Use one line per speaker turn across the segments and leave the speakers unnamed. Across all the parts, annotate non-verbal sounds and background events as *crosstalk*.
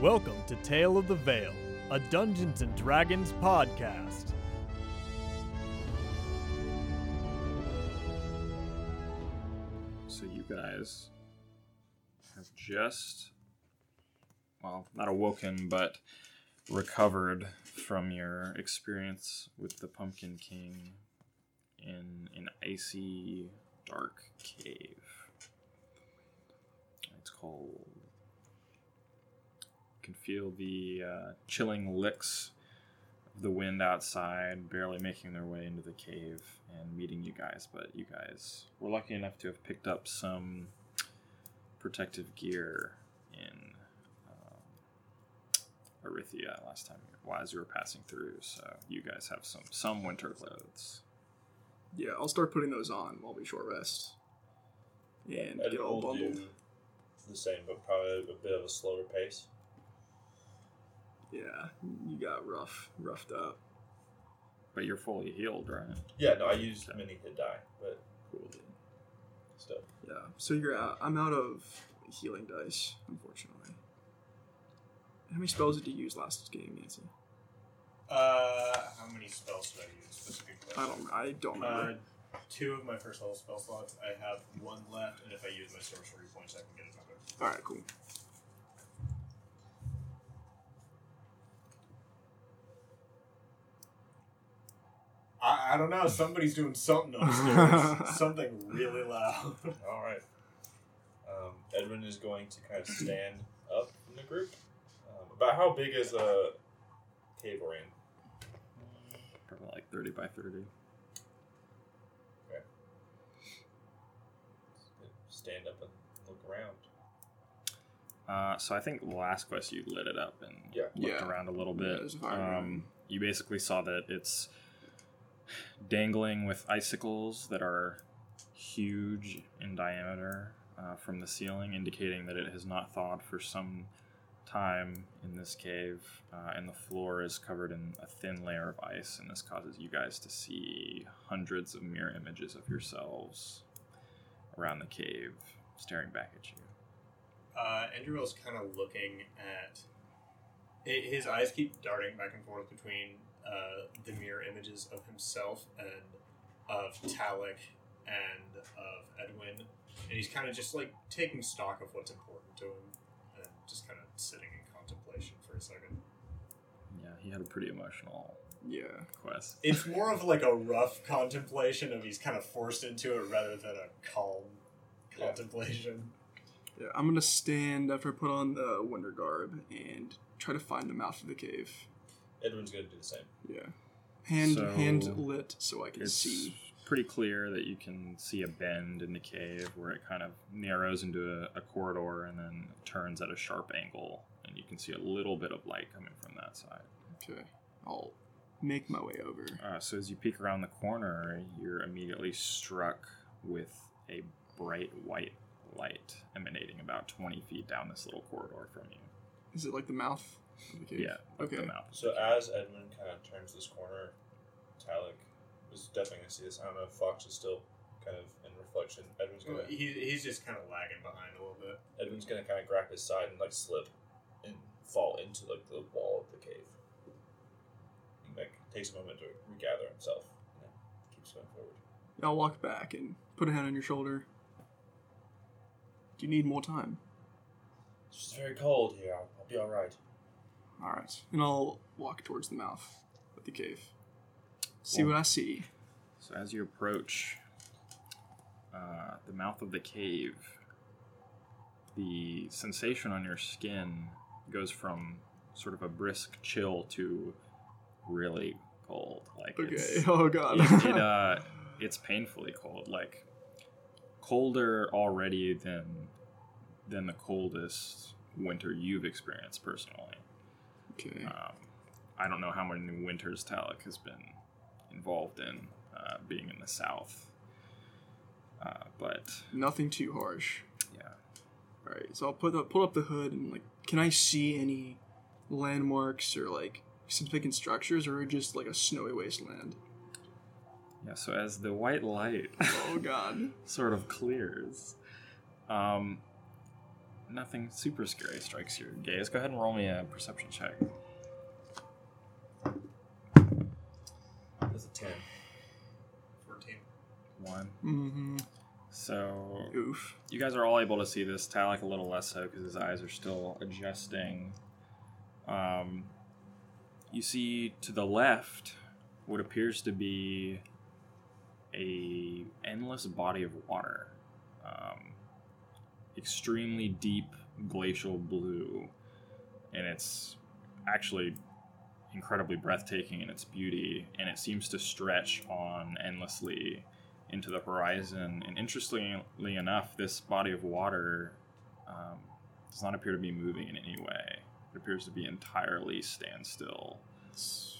Welcome to Tale of the Veil, a Dungeons and Dragons podcast.
So you guys have just, well, not awoken, but recovered from your experience with the Pumpkin King in an icy, dark cave. It's cold. You can feel the uh, chilling licks of the wind outside, barely making their way into the cave and meeting you guys. But you guys were lucky enough to have picked up some protective gear in um, Arithia last time, well, as you were passing through. So you guys have some some winter clothes.
Yeah, I'll start putting those on while we short rest. And
And
get all
we'll
bundled.
do The same, but probably a bit of a slower pace.
Yeah, you got rough, roughed up.
But you're fully healed, right?
Yeah, no, I used mini to die, but
Cool.
still.
Yeah, so you're out. I'm out of healing dice, unfortunately. How many spells did you use last game, Nancy?
Uh, how many spells did I use? That's a good
I
question.
don't. I don't
Uh,
remember.
two of my first level spell slots. I have one left, and if I use my sorcery points, I can get another.
all right, cool.
I, I don't know. Somebody's doing something upstairs. something really loud.
All right. Um, Edwin is going to kind of stand up in the group. Um, about how big is a cave we're in?
Probably like 30 by 30.
Stand up and look around.
Uh, so I think last quest you lit it up and
Yeah.
looked
Yeah.
around a little
Yeah,
bit.
it was a fire
um,
room.
you basically saw that it's dangling with icicles that are huge in diameter uh, from the ceiling, indicating that it has not thawed for some time in this cave, uh, and the floor is covered in a thin layer of ice, and this causes you guys to see hundreds of mirror images of yourselves around the cave, staring back at you.
Uh, Andrew is kind of looking at. i his eyes keep darting back and forth between uh, the mirror images of himself and of Talik and of Edwin, and he's kind of just like taking stock of what's important to him and just kind of sitting in contemplation for a second.
Yeah, he had a pretty emotional
Yeah,
quest.
It's more of like a rough contemplation of he's kind of forced into it rather than a calm
Yeah.
contemplation.
yeah. I'm gonna stand after I put on the wonder garb and try to find the mouth of the cave.
Edwin's going to do the same.
Yeah, hand
So-
hand lit so I can
It's
see.
pretty clear that you can see a bend in the cave where it kind of narrows into a, a corridor and then turns at a sharp angle, and you can see a little bit of light coming from that side.
Okay, I'll make my way over.
Uh, so as you peek around the corner, you're immediately struck with a bright white light emanating about 20 feet down this little corridor from you.
Is it like the mouth? of the cave?
Yeah, like
Okay.
the mouth.
So as Edwin kind of turns this corner, Talik is definitely going to see this. I don't know if Fox is still kind of in reflection. Edwin's going to
He, he's just kind of lagging behind a little bit.
Edwin's gonna kind of grab his side and like slip and fall into like the wall of the cave. He like takes a moment to regather himself and then keeps going forward.
I'll walk back and put a hand on your shoulder. Do you need more time?
It's just very cold here. I'll, I'll be all right.
All right. And I'll walk towards the mouth of the cave. See
Cool.
what I see.
So as you approach uh, the mouth of the cave, the sensation on your skin goes from sort of a brisk chill to really cold. Like
Okay.
it's,
*laughs* oh god.
it, it, uh, it's painfully cold. Like colder already than than the coldest winter you've experienced personally.
*laughs* okay.
Um, I don't know how many winters Talik has been involved in uh, being in the South, uh, but
Nothing too harsh.
yeah,
All right. So I'll put up, pull up the hood and like, can I see any landmarks or like significant structures or just like a snowy wasteland?
yeah. So as the white light *laughs*
Oh god.
sort of clears, um, nothing super scary strikes your gaze, go ahead and roll me a perception check.
That's a 10.
14.
One.
Mm-hmm.
So
Oof.
you guys are all able to see this. Talik a little less so because his eyes are still adjusting. Um, you see to the left what appears to be a endless body of water, um, extremely deep glacial blue, and it's actually incredibly breathtaking in its beauty, and it seems to stretch on endlessly into the horizon. And interestingly enough, this body of water um, does not appear to be moving in any way. It appears to be entirely standstill.
It's,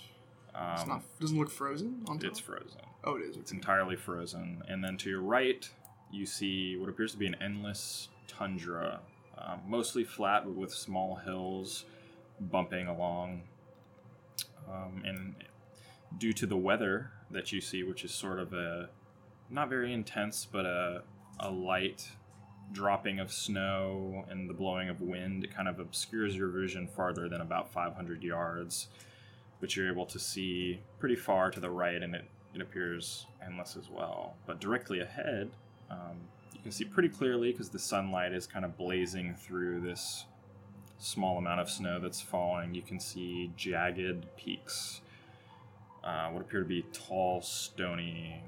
Um,
it's not. Doesn't look frozen on top.
it's frozen.
oh, it is.
It's entirely frozen. And then to your right, you see what appears to be an endless tundra, um, mostly flat but with small hills bumping along. Um, and due to the weather that you see, which is sort of a not very intense, but a, a light dropping of snow and the blowing of wind, it kind of obscures your vision farther than about 500 yards. But you're able to see pretty far to the right, and it it appears endless as well. But directly ahead, um, you can see pretty clearly because the sunlight is kind of blazing through this small amount of snow that's falling. You can see jagged peaks, uh, what appear to be tall, stony,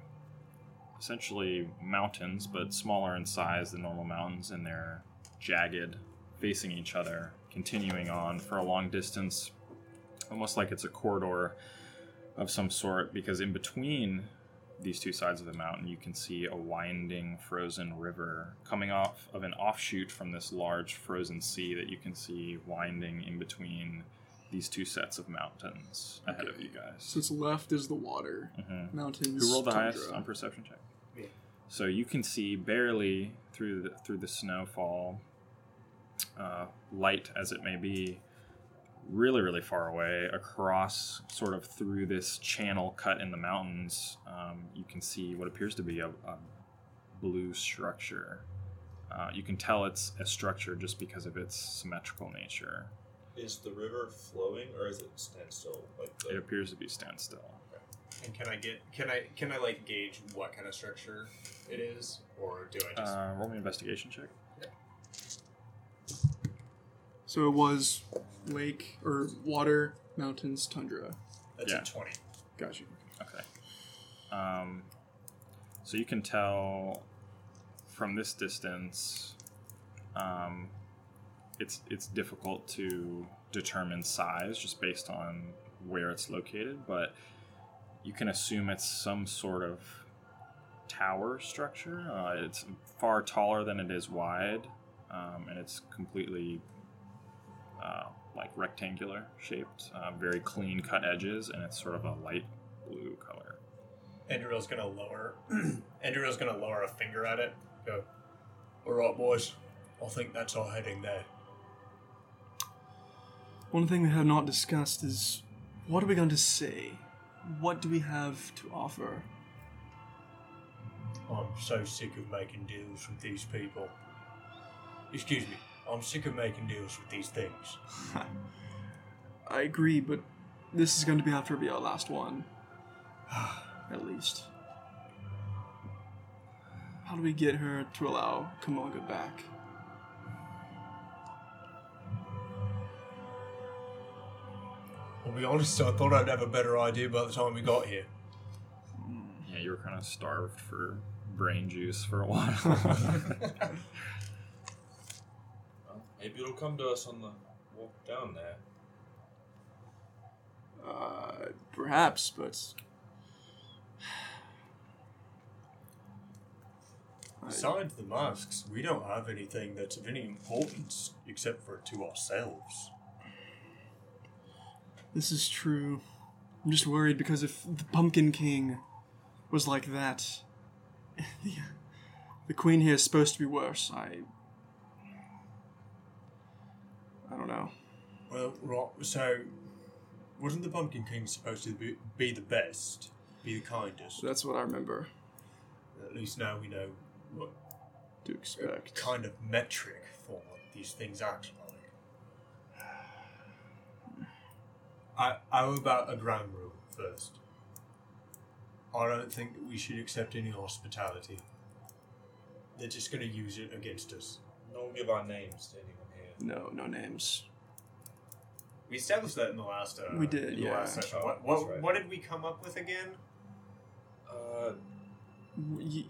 essentially mountains, but smaller in size than normal mountains, and they're jagged, facing each other, continuing on for a long distance, almost like it's a corridor of some sort because in between these two sides of the mountain you can see a winding frozen river coming off of an offshoot from this large frozen sea that you can see winding in between these two sets of mountains ahead of you guys.
So its left is the water.
Mhm.
Mountains.
Who rolled the
tundra.
highest on perception check?
Me.
So you can see barely through the, through the snowfall, uh, light as it may be, really really far away across sort of through this channel cut in the mountains. Um, you can see what appears to be a, a blue structure. Uh, you can tell it's a structure just because of its symmetrical nature.
Is the river flowing or is it standstill? Like the,
It appears to be standstill.
And can I get can I can I like gauge what kind of structure it is, or do I just
Uh, roll me an investigation check.
So it was lake or water, mountains, tundra.
that's
yeah.
a twenty?
Got you.
Okay. Um, so you can tell from this distance, um, it's it's difficult to determine size just based on where it's located, but you can assume it's some sort of tower structure. Uh, it's far taller than it is wide, um, and it's completely uh, like rectangular shaped, uh, very clean cut edges, and it's sort of a light blue color.
Enderil's gonna lower. *clears throat* Enderil's gonna lower a finger at it. Go. All right, boys. I think that's our heading there.
One thing we have not discussed is what are we going to say? What do we have to offer?
I'm so sick of making deals with these people. Excuse me. I'm sick of making deals with these things. *sighs*
I agree, but this is going to be have to be our last one, at least. How do we get her to allow Kamaga back?
I'll be honest. I thought I'd have a better idea by the time we got here.
Yeah, you were kind of starved for brain juice for
*laughs*
a while.
Well, maybe it'll come to us on the walk down there.
Uh, perhaps, but *sighs*
Besides the masks, we don't have anything that's of any importance except for to ourselves.
This is true. I'm just worried because if the Pumpkin King was like that, *laughs* the, the Queen here is supposed to be worse. I. I don't know.
Well, right. So, wasn't the Pumpkin King supposed to be, be the best, be the kindest?
So that's what I remember
At least now we know what
to expect.
Uh, kind of metric for the these things act like. I, how about a ground rule first? I don't think that we should accept any hospitality. They're just going to use it against us.
Don't give our names to anyone here.
No, no names.
We established that in the last. Uh,
We did,
in the
yeah.
last session.
Oh,
What, what,
that's right.
what did we come up with again?
Uh,
Y-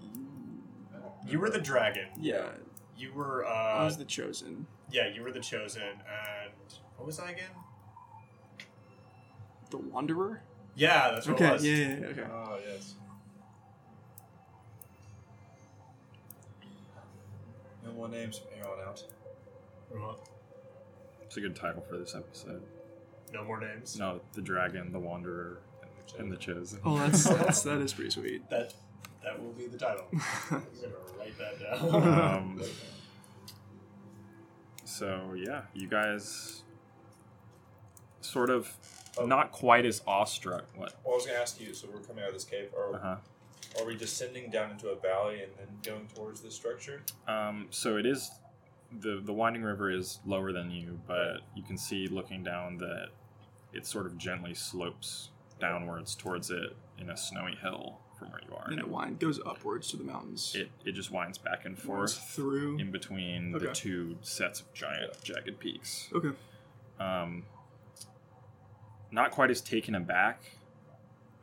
You were the dragon.
yeah,
You were. Uh,
I was the chosen.
yeah, you were the chosen, and what was I again?
The wanderer.
Yeah, that's what it
Okay.
was.
Yeah, yeah, yeah, Okay.
oh, yes. No more names from here on out.
Right.
It's a good title for this episode.
No more names.
No, the dragon, the wanderer, and the chosen. *laughs*
Oh, that's that's that is pretty sweet. *laughs*
That that will be the title. I'm gonna write that
*laughs*
down. *laughs*
um, so yeah, you guys sort of not quite as awestruck. What?
Well, I was gonna ask you. So we're coming out of this cave. Are,
Uh huh.
are we descending down into a valley and then going towards this structure?
Um, so it is the the winding river is lower than you, but you can see looking down that it sort of gently slopes downwards towards it in a snowy hill from where you are.
And it wind goes upwards to the mountains.
it it just winds back and
Winds
forth
through.
in between the
Okay.
two sets of giant jagged peaks.
Okay.
Um, not quite as taken aback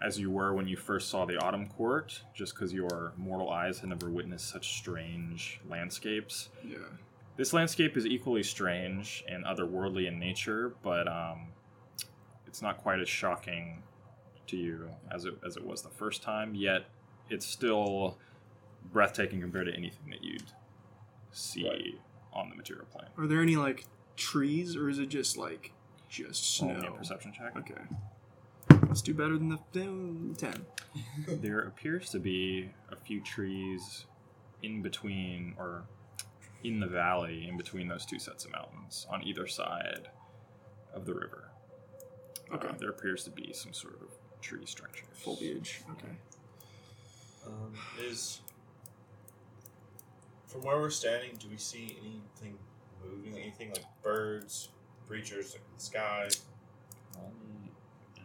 as you were when you first saw the autumn court, just because your mortal eyes had never witnessed such strange landscapes.
Yeah.
This landscape is equally strange and otherworldly in nature, but um, it's not quite as shocking to you as it, as it was the first time, yet it's still breathtaking compared to anything that you'd see
Right.
on the material plane.
Are there any like trees, or is it just like just
Roll me a
snow?
perception check.
Okay. Let's do better than the than ten.
*laughs* There appears to be a few trees in between or in the valley in between those two sets of mountains on either side of the river.
Okay.
Uh, there appears to be some sort of tree structure.
Foliage. Okay.
Um, is from where we're standing, do we see anything moving? Anything like birds, creatures like in the sky?
Um,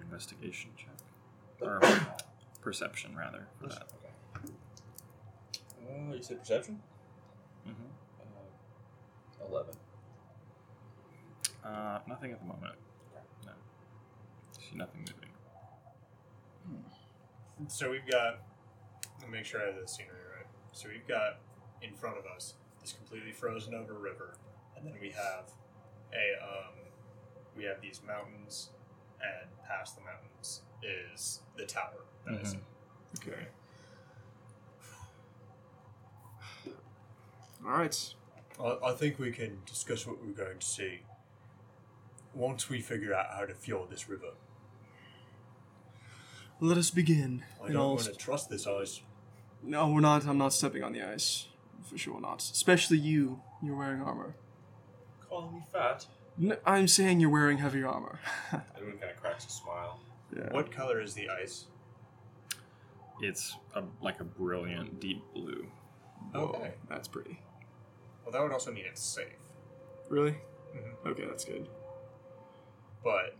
investigation check.
*coughs*
Or perception, rather, for that.
Uh, you said perception.
hmm
Uh, Eleven.
Uh, nothing at the moment. No. See nothing moving.
so we've got. Let me make sure I have the scenery right. So we've got in front of us this completely frozen over river, and then we have a um, we have these mountains, and past the mountains is the tower. That is
Mhm.
Okay. All right.
I, I think we can discuss what we're going to see once we figure out how to fuel this river.
Let us begin.
I
And
don't
I'll-
want to trust this ice.
No, we're not. I'm not stepping on the ice. For sure not. Especially you. You're wearing armor.
Calling me fat.
No, I'm saying you're wearing heavy armor. *laughs*
Everyone kind of cracks a smile.
yeah.
What color is the ice?
It's a, like a brilliant deep blue.
Whoa,
Okay.
Oh, That's pretty.
Well, that would also mean it's safe.
Really?
Mhm.
Mm-hmm.
Okay, that's good.
But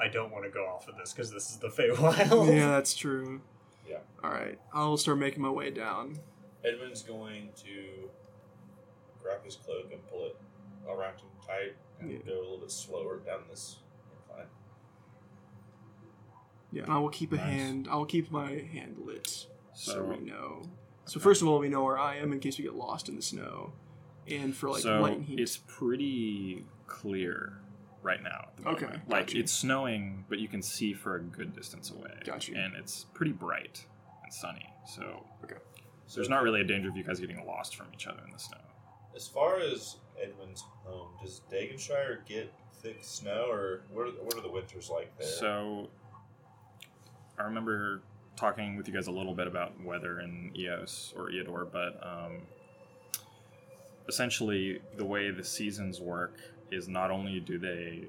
I don't want to go off of this because this is the
Oh.
Feywild.
Yeah, that's true.
Yeah.
All right. I'll start making my way down.
Edwin's going to grab his cloak and pull it around him tight and
Yeah.
go a little bit slower down this incline.
Yeah, and I will keep a
Nice.
hand. I will keep my hand lit so,
So,
we know. So first of all, we know where I am in case we get lost in the snow, and for like
so
light and heat.
it's pretty clear right now. At the
Okay,
moment. uh, Like
gotcha.
it's snowing, but you can see for a good distance away.
Gotcha.
And it's pretty bright and sunny. So
So
there's not really a danger of you guys getting lost from each other in the snow.
As far as Edwin's home, does Dagonshire get thick snow, or what are, what are the winters like there?
So, I remember talking with you guys a little bit about weather in EOS or Eodor, but um, essentially the way the seasons work is not only do they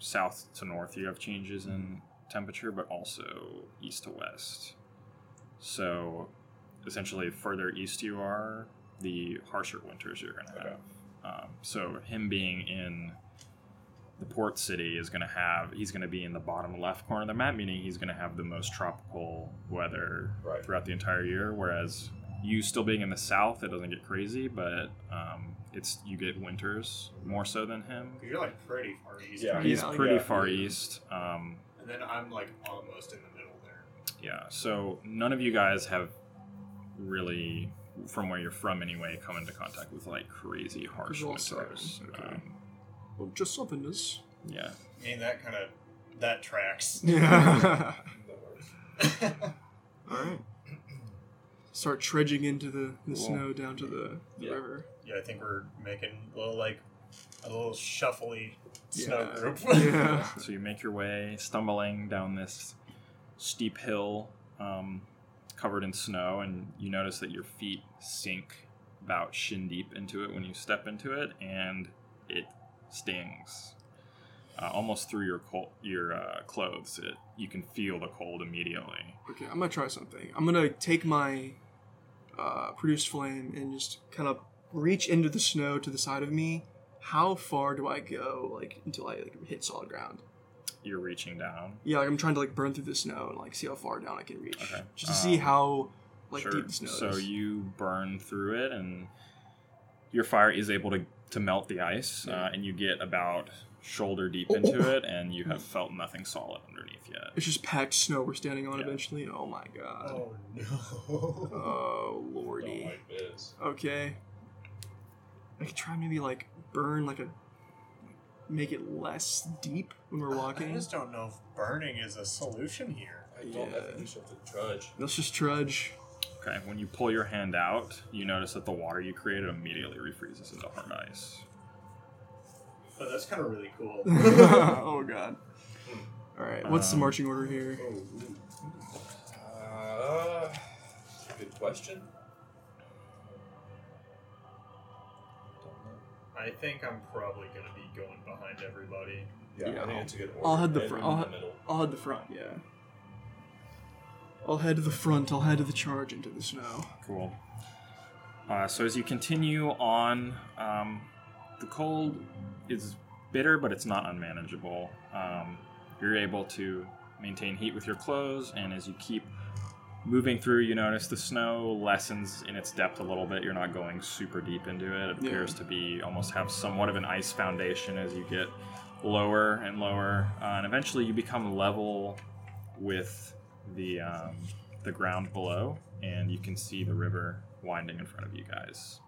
south to north you have changes in temperature, but also east to west. So, essentially, further east you are, the harsher winters you're going to have. Um, so him being in the port city is going to have he's going to be in the bottom left corner of the map, meaning he's going to have the most tropical weather
Right.
throughout the entire year. Whereas you still being in the south, it doesn't get crazy, but um, it's you get winters more so than him.
'Cause you're like pretty far east.
Yeah,
He's
Yeah,
pretty
yeah.
far east. Um,
And then I'm like almost in the middle there.
yeah, so none of you guys have really, from where you're from anyway, come into contact with like crazy harsh
We're all starving.
winters.
Okay.
Um,
Well, just
*laughs*
something is.
yeah,
I mean, that kind of that tracks.
*laughs* Yeah.
No worries.
All right. Start trudging into the, the
Cool.
snow down to the, the
*laughs*
Yeah.
river.
*laughs* Yeah, I think we're making a little like a little shuffly snow
Yeah.
group.
*laughs* yeah.
So you make your way, stumbling down this steep hill um, covered in snow, and you notice that your feet sink about shin deep into it when you step into it, and it stings uh, almost through your col- your uh, clothes. It, you can feel the cold immediately.
Okay, I'm gonna try something. I'm gonna take my uh, produced flame and just kind of reach into the snow to the side of me. How far do I go, like until I like, hit solid ground?
You're reaching down.
Yeah, like, I'm trying to like burn through the snow and like see how far down I can reach,
Okay,
just to see
um,
how like deep the snow
so
is.
you burn through it, and your fire is able to, to melt the ice, uh, and you get about shoulder deep
Oh,
into it, and you have felt nothing solid underneath yet.
it's just packed snow we're standing on.
Yeah.
Eventually, oh my
*laughs*
god,
oh no.
oh lordy.
Don't like this.
Okay. I could try maybe like burn like a make it less deep when we're
I
walking.
just don't know if burning is a solution here.
I don't. I think
Yeah.
we should have to trudge.
Let's just
*laughs*
trudge.
Okay, when you pull your hand out, you notice that the water you created immediately refreezes into hard ice.
But that's kind of really cool.
*laughs* oh god. All right, what's the
Um,
marching order here?
Uh, that's a good question.
I think I'm probably gonna be going behind everybody.
Yeah,
Yeah,
I think
I'll-
it's a good order.
I'll head the
Maybe
fr-
in
I'll-
middle.
I'll head the front. Yeah. I'll head to the front. I'll head to the charge into the snow.
Cool. Uh, so as you continue on, um, the cold is bitter, but it's not unmanageable. Um, you're able to maintain heat with your clothes, and as you keep moving through, you notice the snow lessens in its depth a little bit. You're not going super deep into it. It
Yeah.
appears to be almost have somewhat of an ice foundation as you get lower and lower, uh, and eventually you become level with the um, the ground below, and you can see the river winding in front of you guys.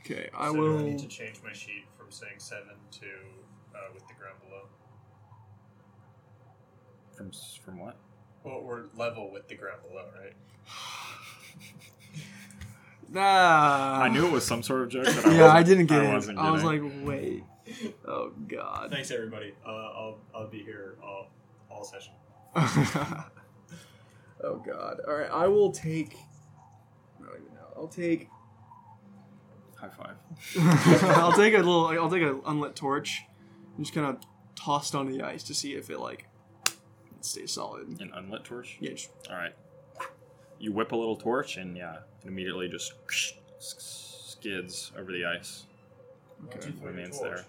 Okay, I
so
will.
Do I need to change my sheet from saying seven to uh, with the ground below?
From s- from what?
Well, we're level with the ground below, right?
Ah.
I knew it was some sort of joke. But I
Yeah, I
wasn't-
didn't get it.
wasn't
I was
getting
like, wait. Oh
*laughs*
god.
Thanks, everybody. Uh, I'll I'll be here all all session.
oh god. All right, I will take. I don't even know. I'll take.
high five.
*laughs* I'll take a little. I'll take an unlit torch. and just kind of toss it onto the ice to see if it like stays solid.
An unlit torch.
Yeah, just,
All right. You whip a little torch, and yeah, it immediately just skids over the ice.
okay.
It remains there.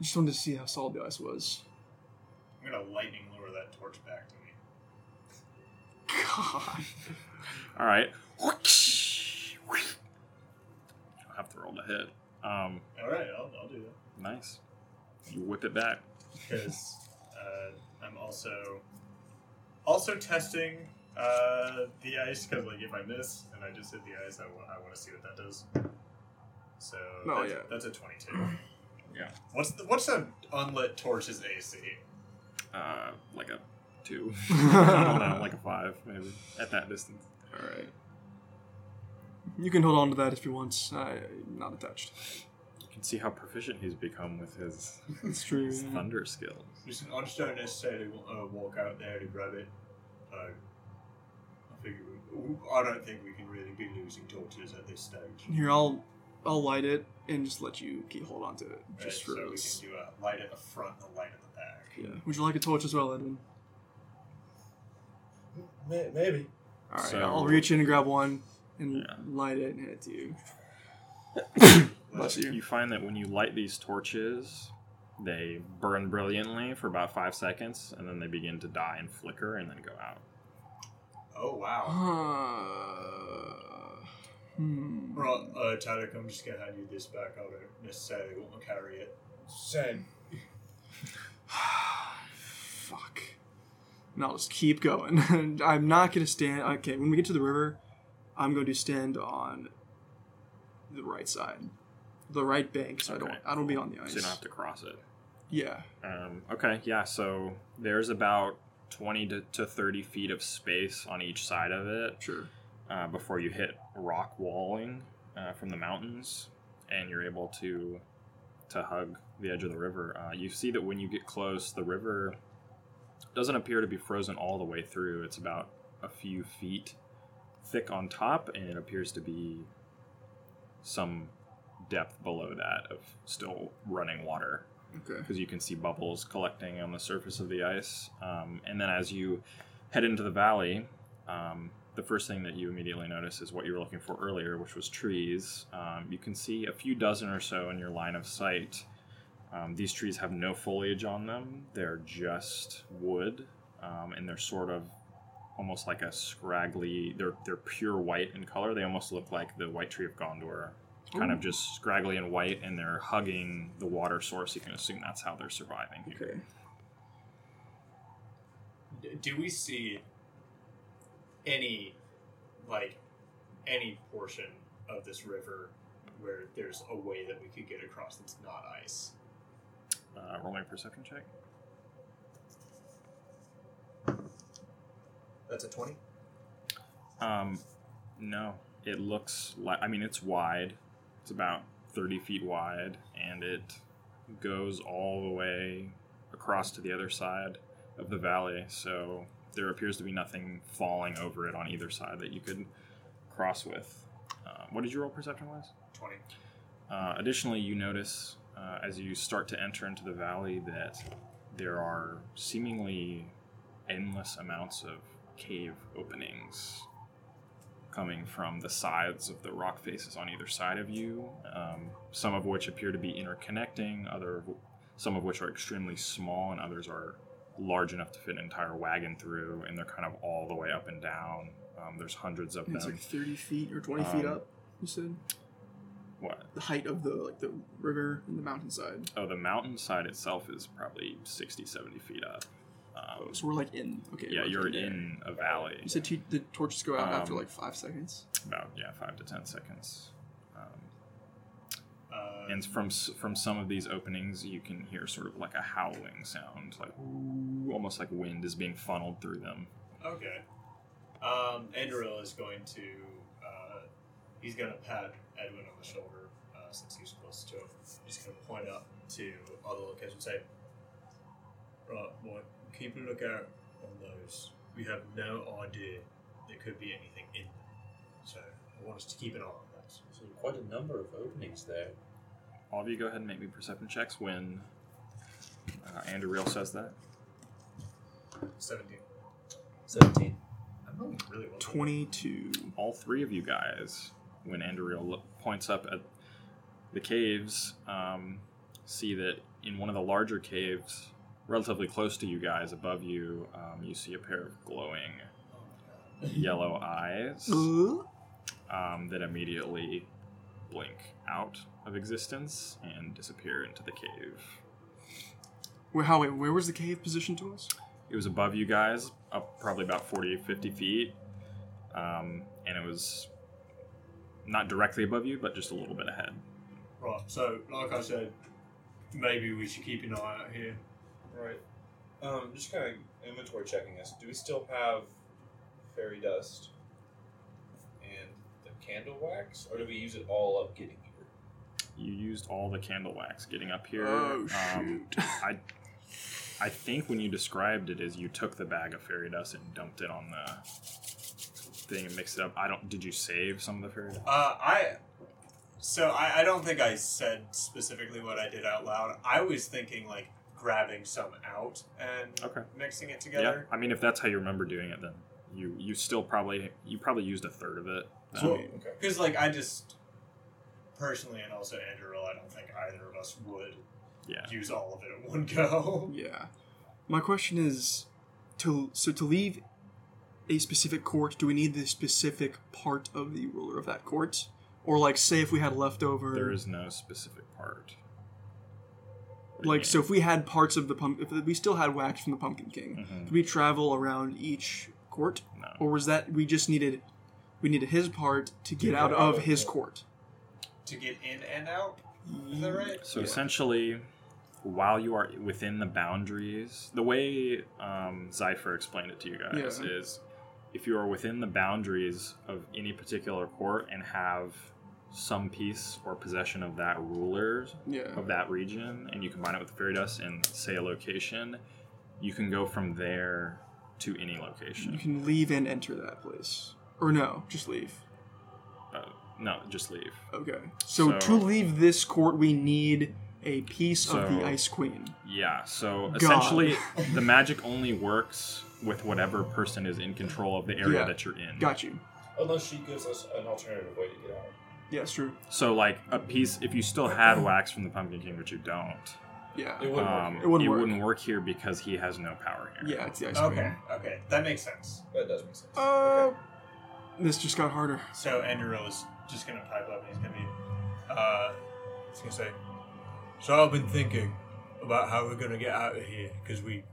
Just wanted to see how solid the ice was.
I'm gonna lightning lure that torch back to me.
God.
All right. I'll have to roll to hit. Um,
All right, I'll, I'll *laughs* do that
nice. You whip it back.
because uh, I'm also also testing uh, the ice because like if I miss and I just hit the ice, I want to see what that does. So
Oh,
that's,
yeah.
that's a 22.
Yeah.
What's the, what's an unlit torch's AC?
Uh, like a two. *laughs* I don't know, like a five maybe at that distance.
All right. You can hold on to that if you want. I, not attached.
You can see how proficient he's become with his,
It's true.
his thunder skills.
Listen, I just don't necessarily uh, walk out there to grab it. So I figure we, I don't think we can really be losing torches at this stage.
Here, I'll I'll light it and just let you keep hold on to it. Just
Right,
for
so we
us.
can do a light at the front and a light at the back.
Yeah. Would you like a torch as well, Edwin?
May- Maybe.
All right.
So-
I'll reach in and grab one and
Yeah. *coughs*
light it and hand it to you.
Let's
bless you.
You find that when you light these torches, they burn brilliantly for about five seconds, and then they begin to die and flicker, and then go out.
Oh wow.
Uh, hmm.
Well, uh, Tarek, I'm just gonna hand you this back. I don't necessarily want to carry it.
Same.
*sighs* Fuck. And I'll just keep going. *laughs* And I'm not gonna stand. Okay, when we get to the river, I'm going to stand on the right side, the right bank, so I don't.
Okay.
I don't be on the ice.
So you don't have to cross it.
Yeah.
Um, okay, yeah. So there's about twenty to, to thirty feet of space on each side of it
Sure.
uh, before you hit rock walling uh, from the mountains, and you're able to to hug the edge of the river. Uh, you see that when you get close, the river doesn't appear to be frozen all the way through. It's about a few feet thick on top, and it appears to be some depth below that of still running water
Okay.
because you can see bubbles collecting on the surface of the ice. Um, and then as you head into the valley, um, the first thing that you immediately notice is what you were looking for earlier, which was trees. Um, you can see a few dozen or so in your line of sight. Um, these trees have no foliage on them, they're just wood, um, and they're sort of almost like a scraggly they're they're pure white in color they almost look like the white tree of gondor kind of
Ooh.
just scraggly and white, and they're hugging the water source. You can assume that's how they're surviving. Here.
Okay.
D- do we see any, like, any portion of this river where there's a way that we could get across that's not ice?
Uh, roll my perception check.
That's a twenty.
Um, no, it looks like I mean it's wide. It's about thirty feet wide, and it goes all the way across to the other side of the valley. So there appears to be nothing falling over it on either side that you could cross with. Uh, what did you roll perception wise?
Twenty.
Uh, additionally, you notice uh, as you start to enter into the valley that there are seemingly endless amounts of cave openings coming from the sides of the rock faces on either side of you. Um, some of which appear to be interconnecting, other some of which are extremely small, and others are large enough to fit an entire wagon through. And they're kind of all the way up and down. Um, there's hundreds of
It's
them.
like 30 feet or 20 feet
Um,
up. You said
what?
the height of the like the river and the mountainside.
Oh, the mountainside itself is probably 60, 70 feet up. Um,
So we're like in. Okay.
yeah,
we're
you're
there.
in a valley.
You said t- the torches go out after
Um,
like five seconds.
About yeah, five to ten seconds. Um,
Uh,
and from s- from some of these openings, you can hear sort of like a howling sound, like "Ooh," almost like wind is being funneled through them.
Okay. Um, Andril is going to. Uh, he's going to pat Edwin on the shoulder uh, since he's close to him. He's going to point up to other locations and say, Right, boy, keep a lookout on those. We have no idea there could be anything in them. So I want us to keep an eye on that.
So quite a number of openings there.
All of you, go ahead and make me perception checks when uh, Andrew Real says that.
17.
17.
I'm rolling really well.
22.
all three of you guys, when Andriel lo- points up at the caves, um, see that in one of the larger caves, relatively close to you guys, above you, um, you see a pair of glowing
Oh my God.
yellow eyes
Uh,
um, that immediately blink out of existence and disappear into the cave.
wait, how, wait, where was the cave positioned to us?
It was above you guys, up probably about 40 50 feet, um, and it was not directly above you, but just a little bit ahead.
Right, so like I said, maybe we should keep an eye out here.
Right. Um, just kind of inventory checking us. Do we still have fairy dust and the candle wax, or do we use it all up getting here?
You used all the candle wax getting up here.
Oh,
Um,
shoot.
I, I think when you described it, is you took the bag of fairy dust and dumped it on the thing and mixed it up. I don't. Did you save some of the fairy dust?
Uh, I. So I, I don't think I said specifically what I did out loud. I was thinking like grabbing some out and
Okay.
mixing it
Yeah.
together.
I mean, if that's how you remember doing it, then you you still probably you probably used a third of it.
So-
Um,
Okay.
Because like I just personally, and also Andrew, I don't think either of us would
Yeah.
use all of it in one *laughs* go.
Yeah. My question is, to so to leave a specific court, do we need the specific part of the ruler of that court, or like say if we had leftover,
There is no specific part. What do you
like
mean?
so if we had parts of the pump, if we still had wax from the Pumpkin King,
Mhm.
could we travel around each court,
No.
or was that we just needed we needed his part to get out of his court?
To get in and out, is that right?
So
Yeah.
essentially, while you are within the boundaries, the way um, Zypher explained it to you guys
Yeah.
is if you are within the boundaries of any particular court and have some piece or possession of that ruler's
Yeah.
of that region and you combine it with the fairy dust and say a location, you can go from there to any
You
location.
can leave and enter that place, or no, just leave.
Uh, no, just leave.
Okay. So,
So-
to leave this court, we need a piece of the
So-
Ice Queen.
Yeah, so
God.
essentially the magic only works with whatever person is in control of the area
Yeah.
that you're in.
Got you.
Unless she gives us an alternative way to get out.
Yeah, it's true.
So like a piece if you still had wax from the Pumpkin King but you don't,
Yeah.
It wouldn't
um,
work.
It wouldn't
it
work.
wouldn't work here because he has no power here.
Yeah, it's the Ice
Okay,
Queen.
okay, that makes sense.
That does make sense.
Uh, this just got harder.
So Andrew is just gonna pipe up and he's gonna be, uh, he's gonna say, So I've been thinking about how we're gonna get out of here because we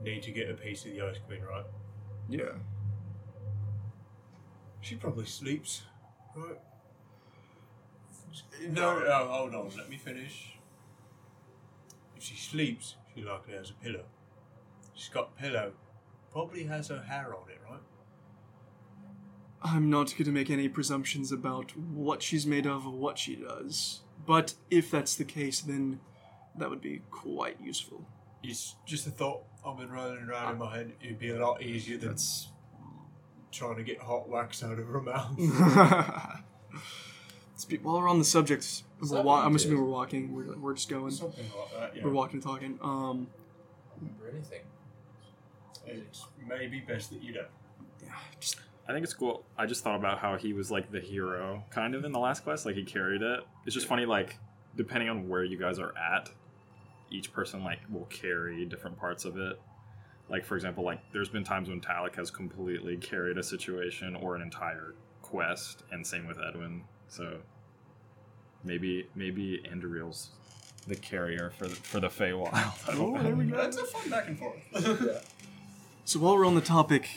need to get a piece of the Ice Queen, right?
Yeah.
She probably sleeps, right? No, no, hold on, let me finish. If she sleeps, she likely has a pillow. She's got a pillow. Probably has her hair on it, right?
I'm not going to make any presumptions about what she's made of or what she does. But if that's the case, then that would be quite useful.
It's just a thought I've been running around in my head. It'd be a lot easier than
That's.
trying to get hot wax out of her mouth.
Mm.
*laughs*
Speak- While we're on the subject, we're wa- I'm
Something
assuming
did.
we're walking. We're, we're just going.
Something like that, yeah.
We're walking and talking. Um,
remember anything.
It's maybe best that you don't.
yeah, just
I think it's cool. I just thought about how he was like the hero, kind of in the last quest. Like he carried it. It's just funny, like depending on where you guys are at, each person like will carry different parts of it. Like for example, like there's been times when Talik has completely carried a situation or an entire quest, and same with Edwin. So maybe maybe Andriel's the carrier for the, for the Feywild. I don't
Oh,
know.
there
*laughs*
we go.
That's a fun back and forth. *laughs*
So while we're on the topic,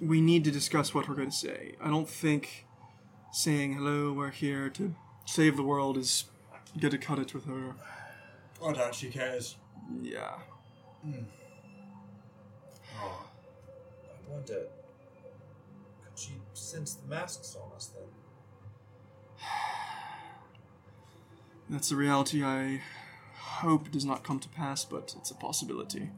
we need to discuss what we're going to say. I don't think saying hello, we're here to save the world is going to cut it with her.
I doubt she cares.
Yeah.
I wonder, could she sense the masks on us then?
That's a reality I hope does not come to pass, but it's a possibility.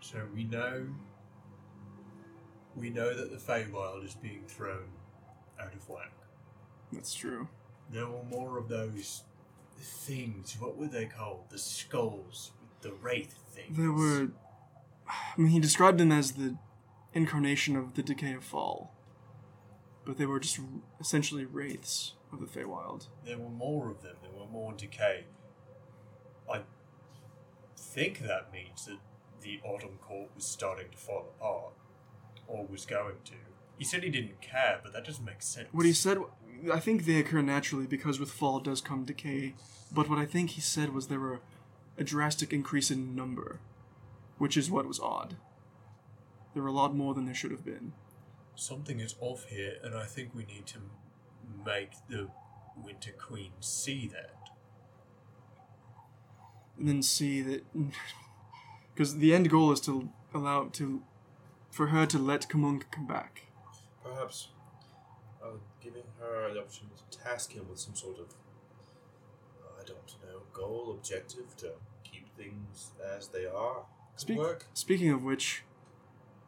So we know. We know that the Feywild is being thrown out of whack.
That's true.
There were more of those things. What were they called? The skulls, with the wraith things.
There were. I mean, he described them as the incarnation of the decay of fall, but they were just essentially wraiths of the Feywild.
There were more of them. There were more decay. I think that means that the Autumn Court was starting to fall apart, or was going to. He said he didn't care, but that doesn't make sense.
What he said, I think they occur naturally because with fall does come decay. But what I think he said was there were a drastic increase in number, which is what was odd. There were a lot more than there should have been.
Something is off here, and I think we need to make the Winter Queen see that.
And then see that, *laughs* because the end goal is to allow to, for her to let Kamunk come back.
Perhaps uh, giving her an opportunity to task him with some sort of, I don't know, goal, objective to keep things as they are. Could
Speak-
work.
Speaking of which,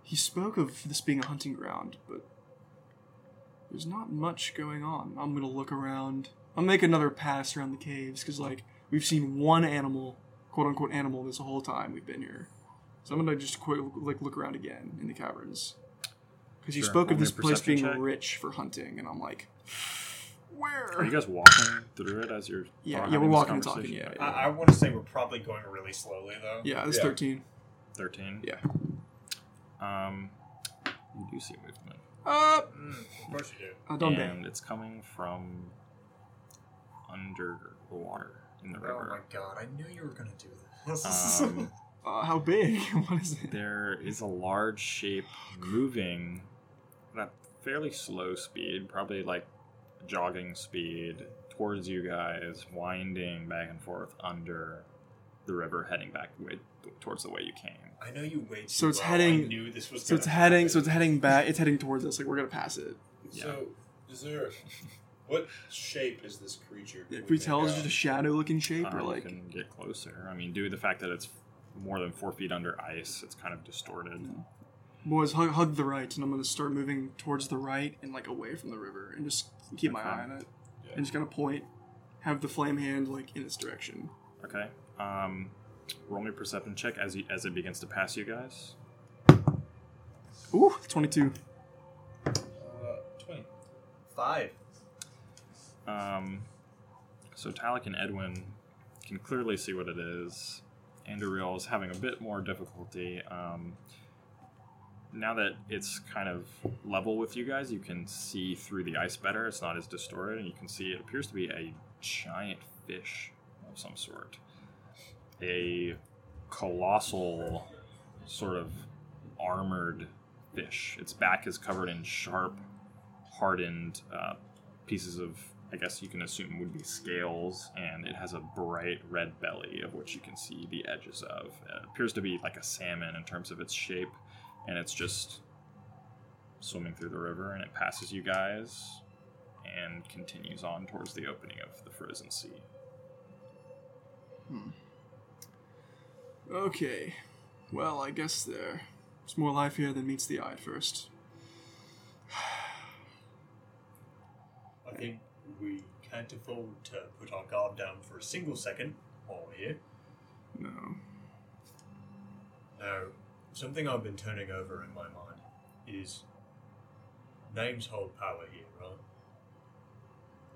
he spoke of this being a hunting ground, but there's not much going on. I'm gonna look around. I'll make another pass around the caves because, like, we've seen one animal, quote unquote, animal this whole time we've been here. So I'm gonna just quick like look around again in the caverns. because you
Sure,
spoke
roll me
of
a
this place
perception
being
check.
rich for hunting, and I'm like,
Are
where?
you guys walking through it as you're?
Yeah,
talking-
yeah, we're
having this
walking and talking,
conversation?
yeah,
I,
Okay.
I want to say we're probably going really slowly though.
yeah, it's
Yeah.
thirteen.
Thirteen.
Yeah.
Um, you do see movement,
Up,
Mm, of course you do.
uh, don't
and it's coming from under the water in the
Oh my
river.
god! I knew you were gonna do this.
*laughs*
Um,
Uh, how big? *laughs* what is it?
there is a large shape moving at a fairly slow speed, probably like jogging speed, towards you guys, winding back and forth under the river, heading back the way, towards the way you came.
I know you waited.
So it's heading-
I knew this was.
So it's
gonna
heading.
happen.
So it's heading back. It's heading towards us. Like we're gonna pass it.
So, is there. *laughs* What shape is this creature?
If we tell,
make
it's just a
out?
shadow-looking shape,
Uh,
or
you
like
can get closer. I mean, due to the fact that it's more than four feet under ice, it's kind of distorted.
boys, hug, hug the right, and I'm gonna start moving towards the right and like away from the river, and just keep my
Okay.
eye on it.
Yeah.
And just gonna point, have the flame hand like in its direction.
Okay. Um, roll me a perception check as you, as it begins to pass you guys.
Ooh, twenty-two.
Uh, 20.
five.
Um, so Talik and Edwin can clearly see what it is. Anduriel is having a bit more difficulty. Um, now that it's kind of level with you guys, you can see through the ice better. It's not as distorted, and you can see it appears to be a giant fish of some sort. A colossal sort of armored fish. Its back is covered in sharp, hardened uh, pieces of I guess you can assume would be scales, and it has a bright red belly of which you can see the edges of. It appears to be like a salmon in terms of its shape, and it's just swimming through the river, and it passes you guys and continues on towards the opening of the frozen sea.
Okay. Well, I guess there. There's more life here than meets the eye at first.
I think we can't afford to put our guard down for a single second while we're here.
No.
Now, something I've been turning over in my mind is names hold power here, right?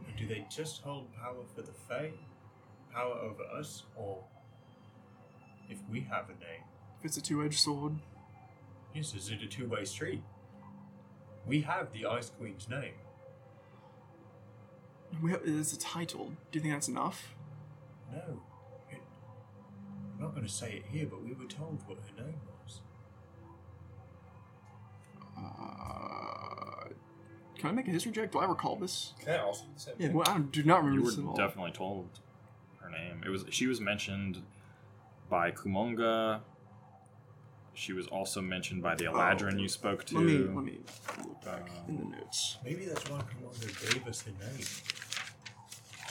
And do they just hold power for the Fae? Power over us? Or if we have a name,
If it's a two-edged sword,
yes, is it a two way street? We have the Ice Queen's name.
we have, it's a title. Do you think that's enough?
No. It, I'm not going to say it here, but we were told what her name was.
Uh, can I make a history check? Do I recall this?
Can I also do the same
Yeah.
thing?
Well, I do not remember
You
this at
were
all.
definitely told her name. It was she was mentioned by Kumonga. She was also mentioned by the Eladrin you spoke to.
Oh, let me let me look back
Um,
in the notes.
Maybe that's why Commander gave us her name.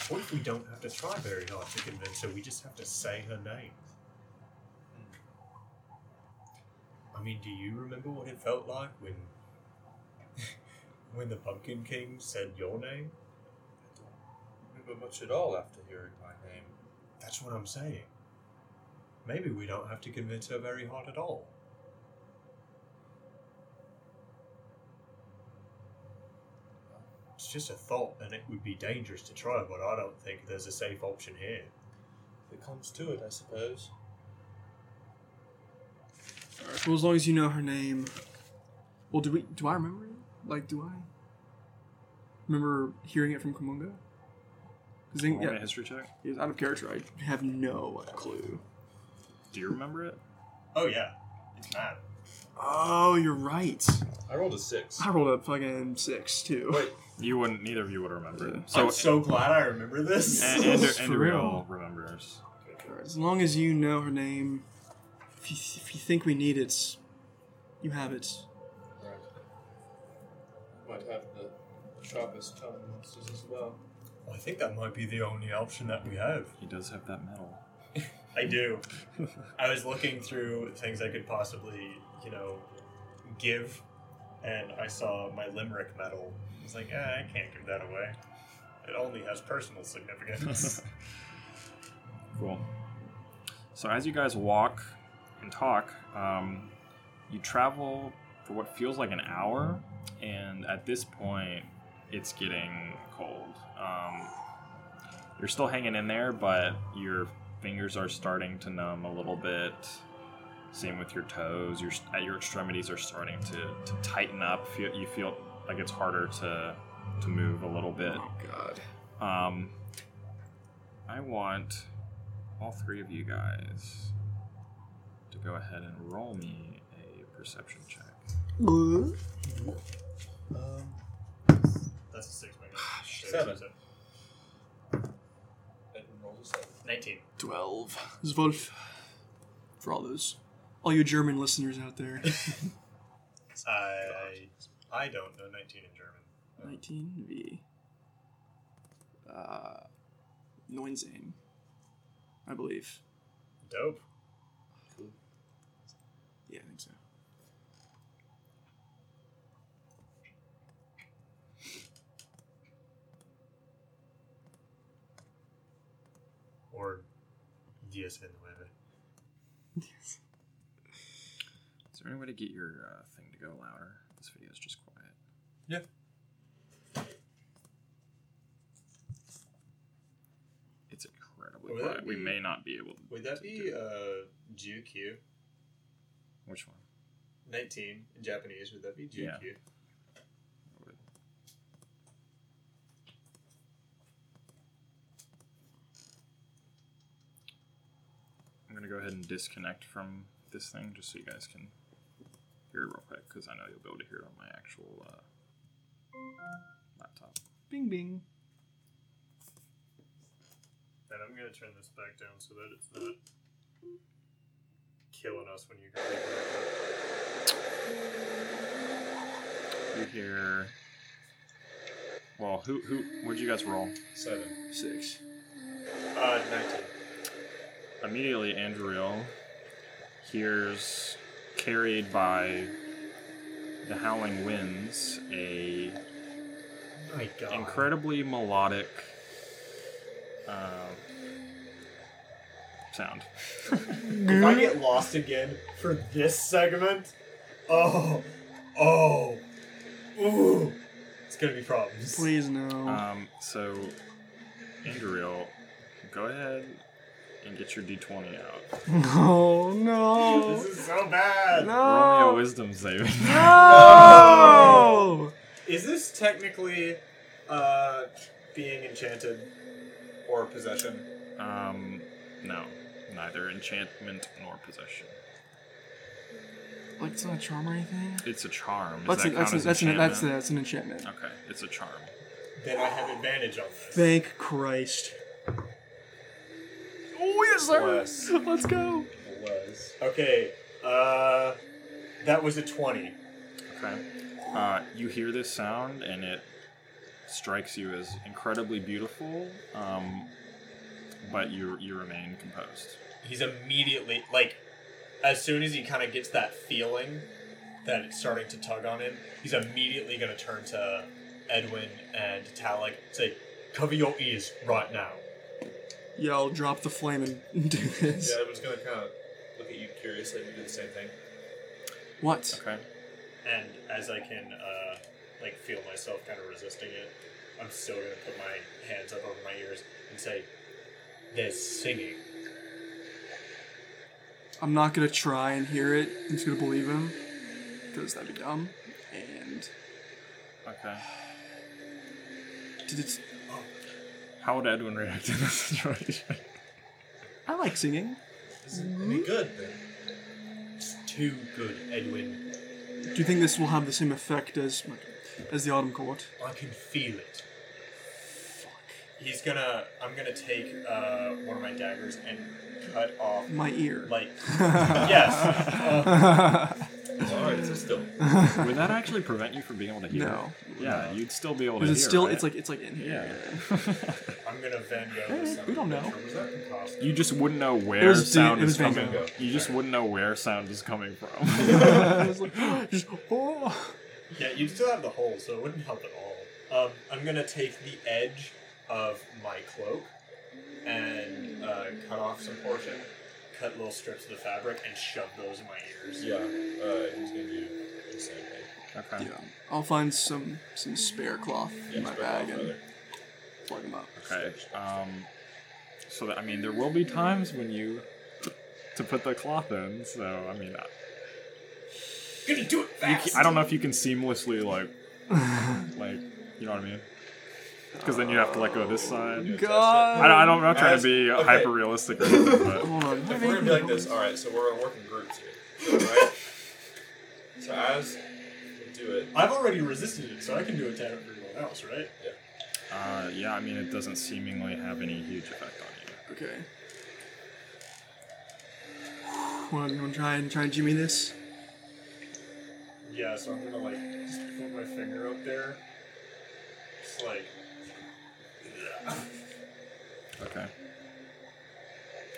What if we don't have to try very hard to convince her? We just have to say her name. I mean, do you remember what it felt like when *laughs* when the Pumpkin King said your name?
I don't remember much at all after hearing my name.
That's what I'm saying. Maybe we don't have to convince her very hard at all. It's just a thought, and it would be dangerous to try, but I don't think there's a safe option here.
If it comes to it, I suppose.
All right, well, as long as you know her name. Well, do we? Do I remember it? Like, do I remember hearing it from Kumunga? Because
Roll me a
yeah,
history check.
it's out of character. I have no clue.
Do you remember it?
Oh, yeah. It's mad.
Oh, you're right.
I rolled a six.
I rolled a fucking six too.
Wait,
You wouldn't. Neither of you would remember it.
So, I'm so glad I remember this. *laughs*
and, and,
It's
and
for
Ariel remembers.
All right, as long as you know her name, if you, if you think we need it, you have it.
Right. Might have the sharpest tongue monsters as well.
I think that might be the only option that we have.
He does have that medal.
I do. I was looking through things I could possibly, you know, give, and I saw my limerick medal. I was like, eh, I can't give that away. It only has personal significance.
Cool. So as you guys walk and talk, um, you travel for what feels like an hour and at this point, it's getting cold. Um, you're still hanging in there, but your fingers are starting to numb a little bit. Same with your toes. Your at your extremities are starting to, to tighten up. Feel, you feel like it's harder to to move a little bit.
Oh god.
Um, I want all three of you guys to go ahead and roll me a perception check.
Um,
That's a six. my guy.
Seven. I didn't roll a seven.
Nineteen.
Twelve. Zwölf. For all those, all you German listeners out there.
I I don't know nineteen in German.
Nineteen V. Uh, Neunzehn. I believe.
Dope.
Yeah, I think so.
Or Diaz in the way.
Is there any way to get your uh, thing to go louder? This video is just quiet.
Yeah.
It's incredibly
Would that
quiet. We
be-
may not be able to.
Would that
to
be
do it.
uh, GQ?
Which one?
19 in Japanese, would that be GQ?
Yeah. Would- I'm gonna go ahead and disconnect from this thing just so you guys can hear it real quick because I know you'll be able to hear it on my actual uh, laptop.
Bing bing.
And I'm going to turn this back down so that it's not killing us when you go make it.
You hear. Well, who who? What'd you guys roll?
Seven.
Six.
Uh, 19.
Immediately, Andriel hears, carried by the howling winds, a
My god.
incredibly melodic uh, sound.
If I get lost again for this segment, oh, oh, ooh, it's going to be problems.
Please no.
Um, so, Andriel, go ahead and get your d20 out.
*laughs* no no.
*laughs* This is so bad.
Roll me a
No.
wisdom saving. *laughs*
No.
Is this technically uh, being enchanted or possession?
Um, no, neither enchantment nor possession.
Like it's not a charm or anything.
It's a charm. Does
That's
that
an, that's
count
an,
as
that's an, that's
enchantment?
that's an enchantment.
Okay, it's a charm.
Then I have advantage on this.
Thank Christ. Oh yes, sir.
Bless.
Let's go.
Was.
Okay, uh, that was a 20.
Okay. Uh, you hear this sound and it strikes you as incredibly beautiful, um, but you you remain composed.
He's immediately, like, as soon as he kind of gets that feeling that it's starting to tug on him, he's immediately going to turn to Edwin and Talik and say, Cover your ears right now.
Yeah, I'll drop the flame and *laughs* do this.
Yeah, I was gonna kind of look at you curiously and do the same thing.
What?
Okay.
And as I can, uh, like, feel myself kind of resisting it, I'm still going to put my hands up over my ears and say, There's singing.
I'm not gonna try and hear it. I'm just gonna believe him, because that'd be dumb. And
Okay.
did it,
How would Edwin react in this *laughs* situation?
I like singing.
This is be good then.
It's too good, Edwin.
Do you think this will have the same effect as as the autumn court?
I can feel it.
Fuck.
He's gonna. I'm gonna take uh, one of my daggers and cut off.
My ear.
Like, yes. Uh,
All right, so still.
Would that actually prevent you from being able to hear?
No.
Yeah, you'd still be able to
Because
hear.
it's still
right?
it's like it's like in here.
I'm gonna Van
*laughs*
Gogh.
Eh,
some
we don't know.
picture. Was that Picasso?
you just wouldn't know where
It was Dan-
sound
it was
is
Van
coming.
Gogh.
You just wouldn't know where sound is coming from.
*laughs*
*laughs*
I was like, *gasps* just, oh.
Yeah, you still have the hole, so it wouldn't help at all. Um, I'm gonna take the edge of my cloak and uh, cut off some portion, cut little strips of the fabric, and shove those in my ears.
Yeah, uh, he's gonna do the same thing.
Okay.
Yeah, I'll find some some spare cloth in my bag and plug them up.
Okay. Um, so that, I mean, there will be times when you to put the cloth in. So I mean, I,
Gonna do it
you ca- I don't know if you can seamlessly like like you know what I mean. Because then you have to like go this side. I
God.
don't, I don't, I'm not trying to be
Okay.
hyper realistic, or anything, but
Hold on.
If we're gonna be like this, all right. So we're gonna work in groups here, right? so as we do it,
I've already resisted it, so I can do it to everyone else, right?
uh, yeah, I mean, it doesn't seemingly have any huge effect on you.
Okay. Want to try and try and Jimmy this?
Yeah, so I'm gonna like just put my finger up there. Just like
Okay.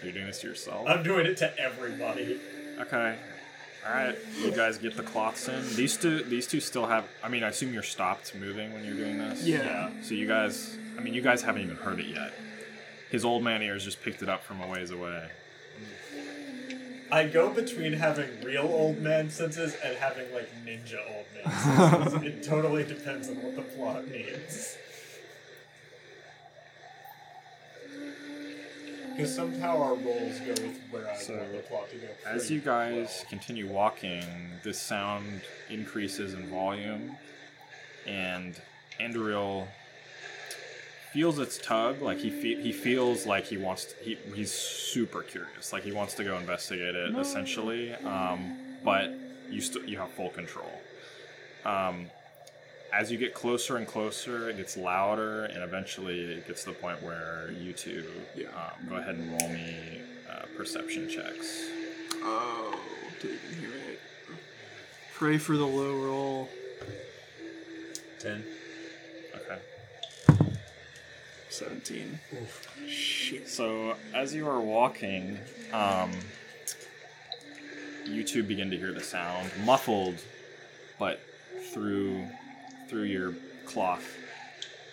You're doing this to yourself.
I'm doing it to everybody.
Okay. All right. You guys get the cloths in. These two, these two still have. I mean, I assume you're stopped moving when you're doing this.
Yeah.
So you guys, I mean, you guys haven't even heard it yet. His old man ears just picked it up from a ways away.
I go between having real old man senses and having like ninja old man
*laughs*
senses. it totally depends on what the plot needs. Because somehow our roles go with where I
So,
want the plot to go.
As
pretty
you guys
well.
continue walking, this sound increases in volume, and Andriel feels its tug. Like he fe- he feels like he wants to, he he's super curious. Like he wants to go investigate it essentially. Um, but you still you have full control. Um, as you get closer and closer, it gets louder, and eventually it gets to the point where you two
Yeah.
um, go ahead and roll me uh, perception checks.
Oh, didn't hear it. Pray for the low roll.
ten.
Okay.
Seventeen. Shit.
So as you are walking, um, you two begin to hear the sound, muffled, but through through your cloth,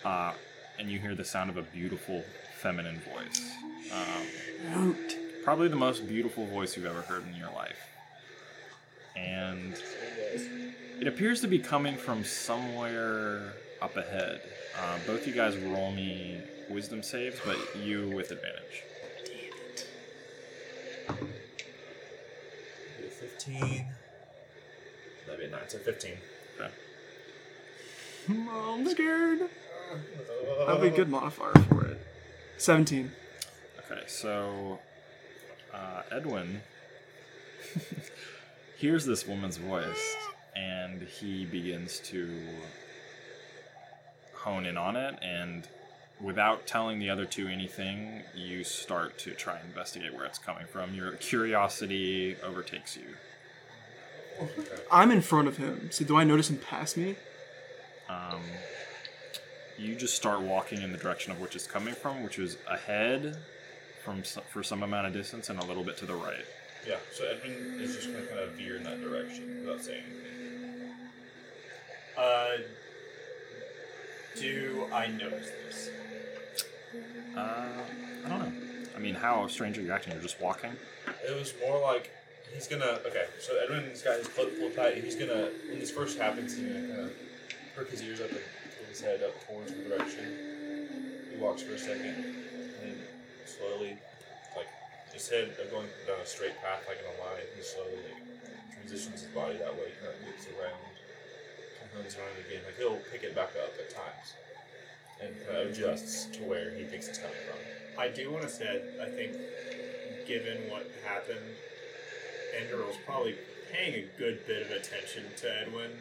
uh, and you hear the sound of a beautiful feminine voice. Um,
Out.
probably the most beautiful voice you've ever heard in your life, and it appears to be coming from somewhere up ahead. Uh, both you guys roll me wisdom saves, but you with advantage.
Fifteen. That'd be a nine. So fifteen.
I'm scared.
That'd
That'd be a good modifier for it. Seventeen.
Okay, so uh, Edwin *laughs* hears this woman's voice and he begins to hone in on it. And without telling the other two anything, you start to try and investigate where it's coming from. Your curiosity overtakes you.
I'm in front of him. So do I notice him pass me?
Um, you just start walking in the direction of which it's coming from, which is ahead from s- for some amount of distance and a little bit to the right.
Yeah. So Edwin is just gonna kind of veer in that direction without saying anything.
Uh, do I notice this?
Uh, I don't know. I mean, how strange are you acting? You're just walking.
It was more like he's gonna. Okay. So Edwin's got his cloak pulled tight. He's gonna. When this first happens, he's gonna kind of perk his ears up and pull his head up towards the direction. He walks for a second, and then slowly, like instead of going down a straight path like in a line, he slowly like, transitions his body that way. Kind of loops around, comes around again. Like he'll pick it back up at times, and kind of adjusts to where he thinks it's coming from.
I do want to say, I think, given what happened, Enderal's probably paying a good bit of attention to Edwin.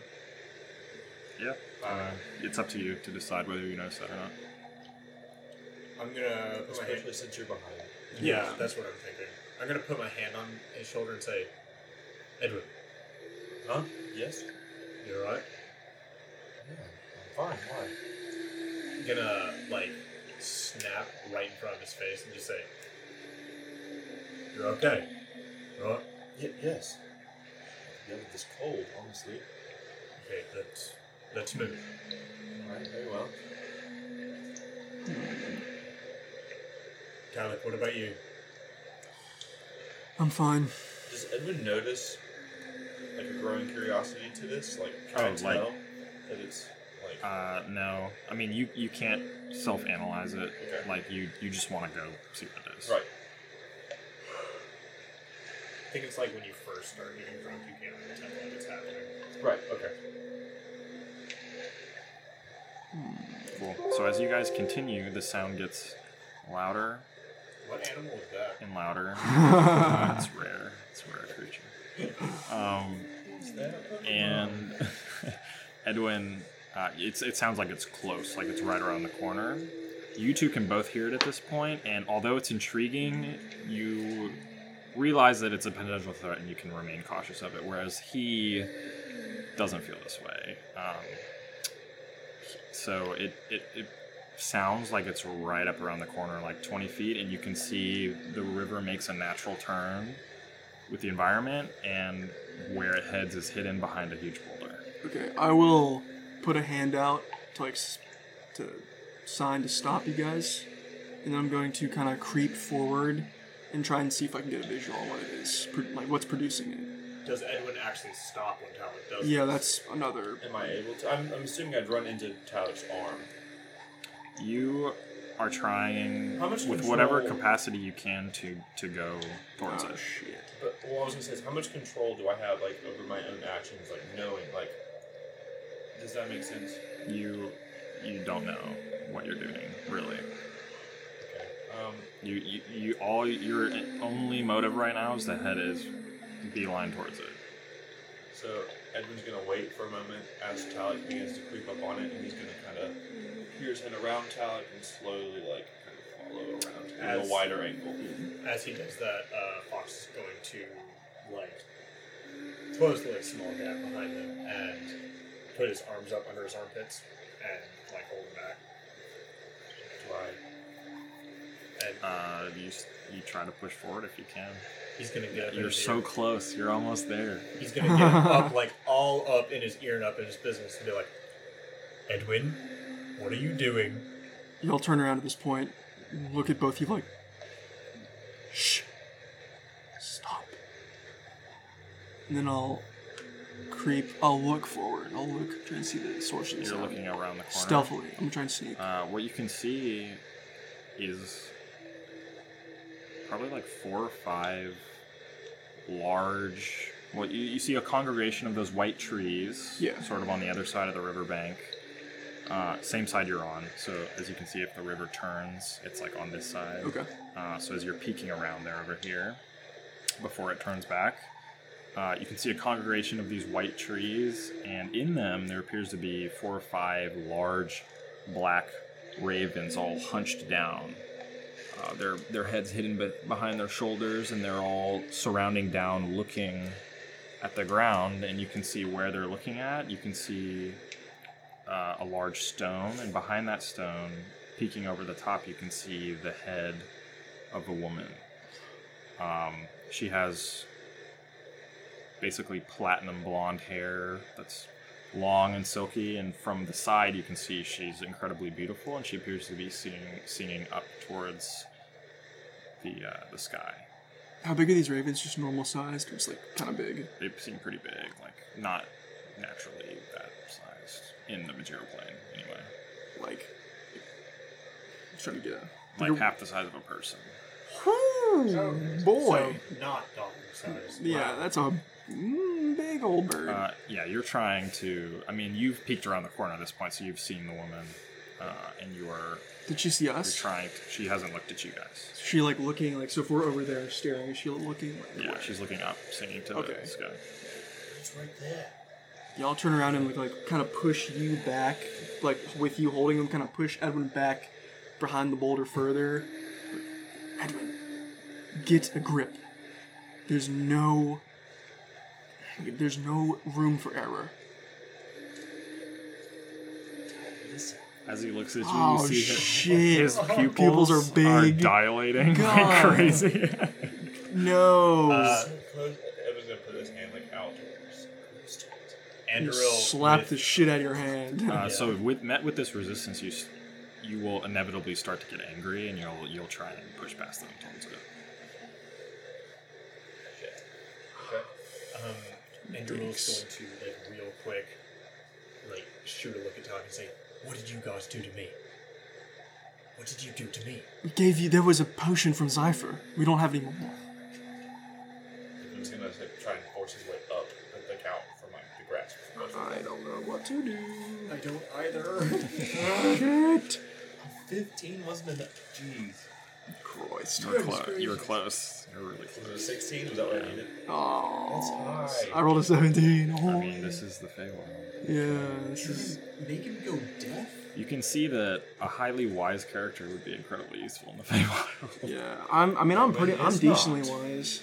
Yeah. Uh,
Uh,
it's up to you to decide whether you notice that or not.
I'm gonna put my hand.
Especially since you're behind.
Yeah, that's what I'm thinking. I'm gonna put my hand on his shoulder and say, "Edwin,
Huh? Yes.
you alright?"
Yeah, I'm fine. Why?
I'm gonna like snap right in front of his face and just say, "You're okay, right?"
Y- yes. Yeah, with this cold, honestly.
Okay, let's let's move.
All right, very well.
Talek, what about you?
I'm fine.
Does Edwin notice, like, like a growing curiosity to this? Like trying
Oh,
to
like-
tell that it's like
Uh, no, I mean you you can't self analyze it.
Okay.
Like you you just want to go see what it is.
right.
I think it's like when you first start getting drunk, you can't really tell what's happening.
Right, okay.
Cool. So as you guys continue, the sound gets louder
What animal was that?
and louder. Uh,
That's
it's rare. It's a rare creature. Um, and *laughs* Edwin, uh, it's, it sounds like it's close, like it's right around the corner. You two can both hear it at this point, and although it's intriguing, you realize that it's a potential threat and you can remain cautious of it, whereas he doesn't feel this way. Um, so it, it, it sounds like it's right up around the corner, like 20 feet, and you can see the river makes a natural turn with the environment, and where it heads is hidden behind a huge boulder.
Okay, I will put a hand out to like s- to sign to stop you guys, and then I'm going to kind of creep forward and try and see if I can get a visual on what it is, pro- like what's producing it.
Does Edwin actually stop when Talek does?
Yeah, that's another.
Am I able to? I'm, I'm assuming I'd run into Tyler's arm.
You are trying
How much
with whatever
control-
capacity you can to to go towards
Oh
it.
shit!
But what I was gonna say is, how much control do I have, like, over my own actions, like knowing, like, does that make sense?
You you don't know what you're doing really.
Okay. Um,
You you, you all your only motive right now is the head is beeline towards it.
so Edwin's gonna wait for a moment as Talik begins to creep up on it, and he's gonna kind of peer his head around Talik and slowly, like, kind of follow around at
As-
a wider angle.
As he does that, uh, Fox is going to like close the like, small gap behind him and put his arms up under his armpits and like hold him back.
Do I?
And
Uh, you s- you try to push forward if you can.
he's gonna get up. in
You're
his
so
ear.
close. You're almost there.
He's gonna get
*laughs*
up like all up in his ear and up in his business and be like, Edwin, what are you doing?
Y'all turn around at this point, look at both you like, shh, stop. And then I'll creep. I'll look forward. I'll look try and see the source of the
You're
sound.
looking around the corner.
Stealthily, I'm trying to sneak.
Uh, what you can see is probably like four or five large. Well, you, you see a congregation of those white trees,
Yeah.
sort of on the other side of the riverbank. Uh, same side you're on. So as you can see, if the river turns, it's like on this side.
Okay.
Uh, so as you're peeking around there over here, before it turns back, uh, you can see a congregation of these white trees, and in them there appears to be four or five large black ravens all hunched down. Uh, their their heads hidden be- behind their shoulders, and they're all surrounding down, looking at the ground. And you can see where they're looking at. You can see uh, a large stone, and behind that stone, peeking over the top, you can see the head of a woman. Um, she has basically platinum blonde hair that's long and silky, and from the side you can see she's incredibly beautiful, and she appears to be singing, singing up towards the uh, the sky.
How big are these ravens? Just normal sized, or just like kind of big?
They seem pretty big, like not naturally that sized in the material plane, anyway.
Like, I'm trying to get a
Like half the size of a person.
Whew, boy.
So, not dog size.
yeah,
Wow.
that's a mm, big old bird.
Uh, yeah, you're trying to. I mean, you've peeked around the corner at this point, so you've seen the woman, uh, and you are
Did she see
you're
us?
trying. To, she hasn't looked at you guys.
Is she like looking like so? If we're over there staring, is she looking? Like,
Yeah,
where?
she's looking up, singing to
Okay.
the sky.
Y'all turn around and like, like kind of push you back, like with you holding them, kind of push Edwin back behind the boulder further. Edwin, get a grip. There's no, there's no room for error.
As he looks at you,
Oh,
you see
shit.
his, his pupils,
Pupils are big.
dilating like
God. *laughs*
crazy.
No.
Uh,
Close, Edwin's gonna put his hand, like, out towards close to it.
You
Andrew
slap the shit out of your hand.
uh, so, with met with this resistance, you s- you will inevitably start to get angry, and you'll you'll try and push past them towards it.
Shit.
um, Enderil's going to like real quick, like shoot a look at Talk and say, "What did you guys do to me? What did you do to me?"
We gave you. There was a potion from Zypher. We don't have any more.
He's gonna like, try and force his way up the, the count from like the grasp.
I don't know what to do.
I don't *laughs* either.
Shit.
Fifteen wasn't enough. Jeez.
Christ.
You were, clo- you were close. You were really
Was
close.
it a sixteen? Was that what I needed?
Oh.
high.
I rolled a 17. Oh.
I mean, this is the Feywild.
yeah, this is.
Make him go deaf.
You can see that a highly wise character would be incredibly useful in the *laughs* Feywild.
Yeah, I'm. I mean, I'm pretty. I'm
It's
decently
not.
wise.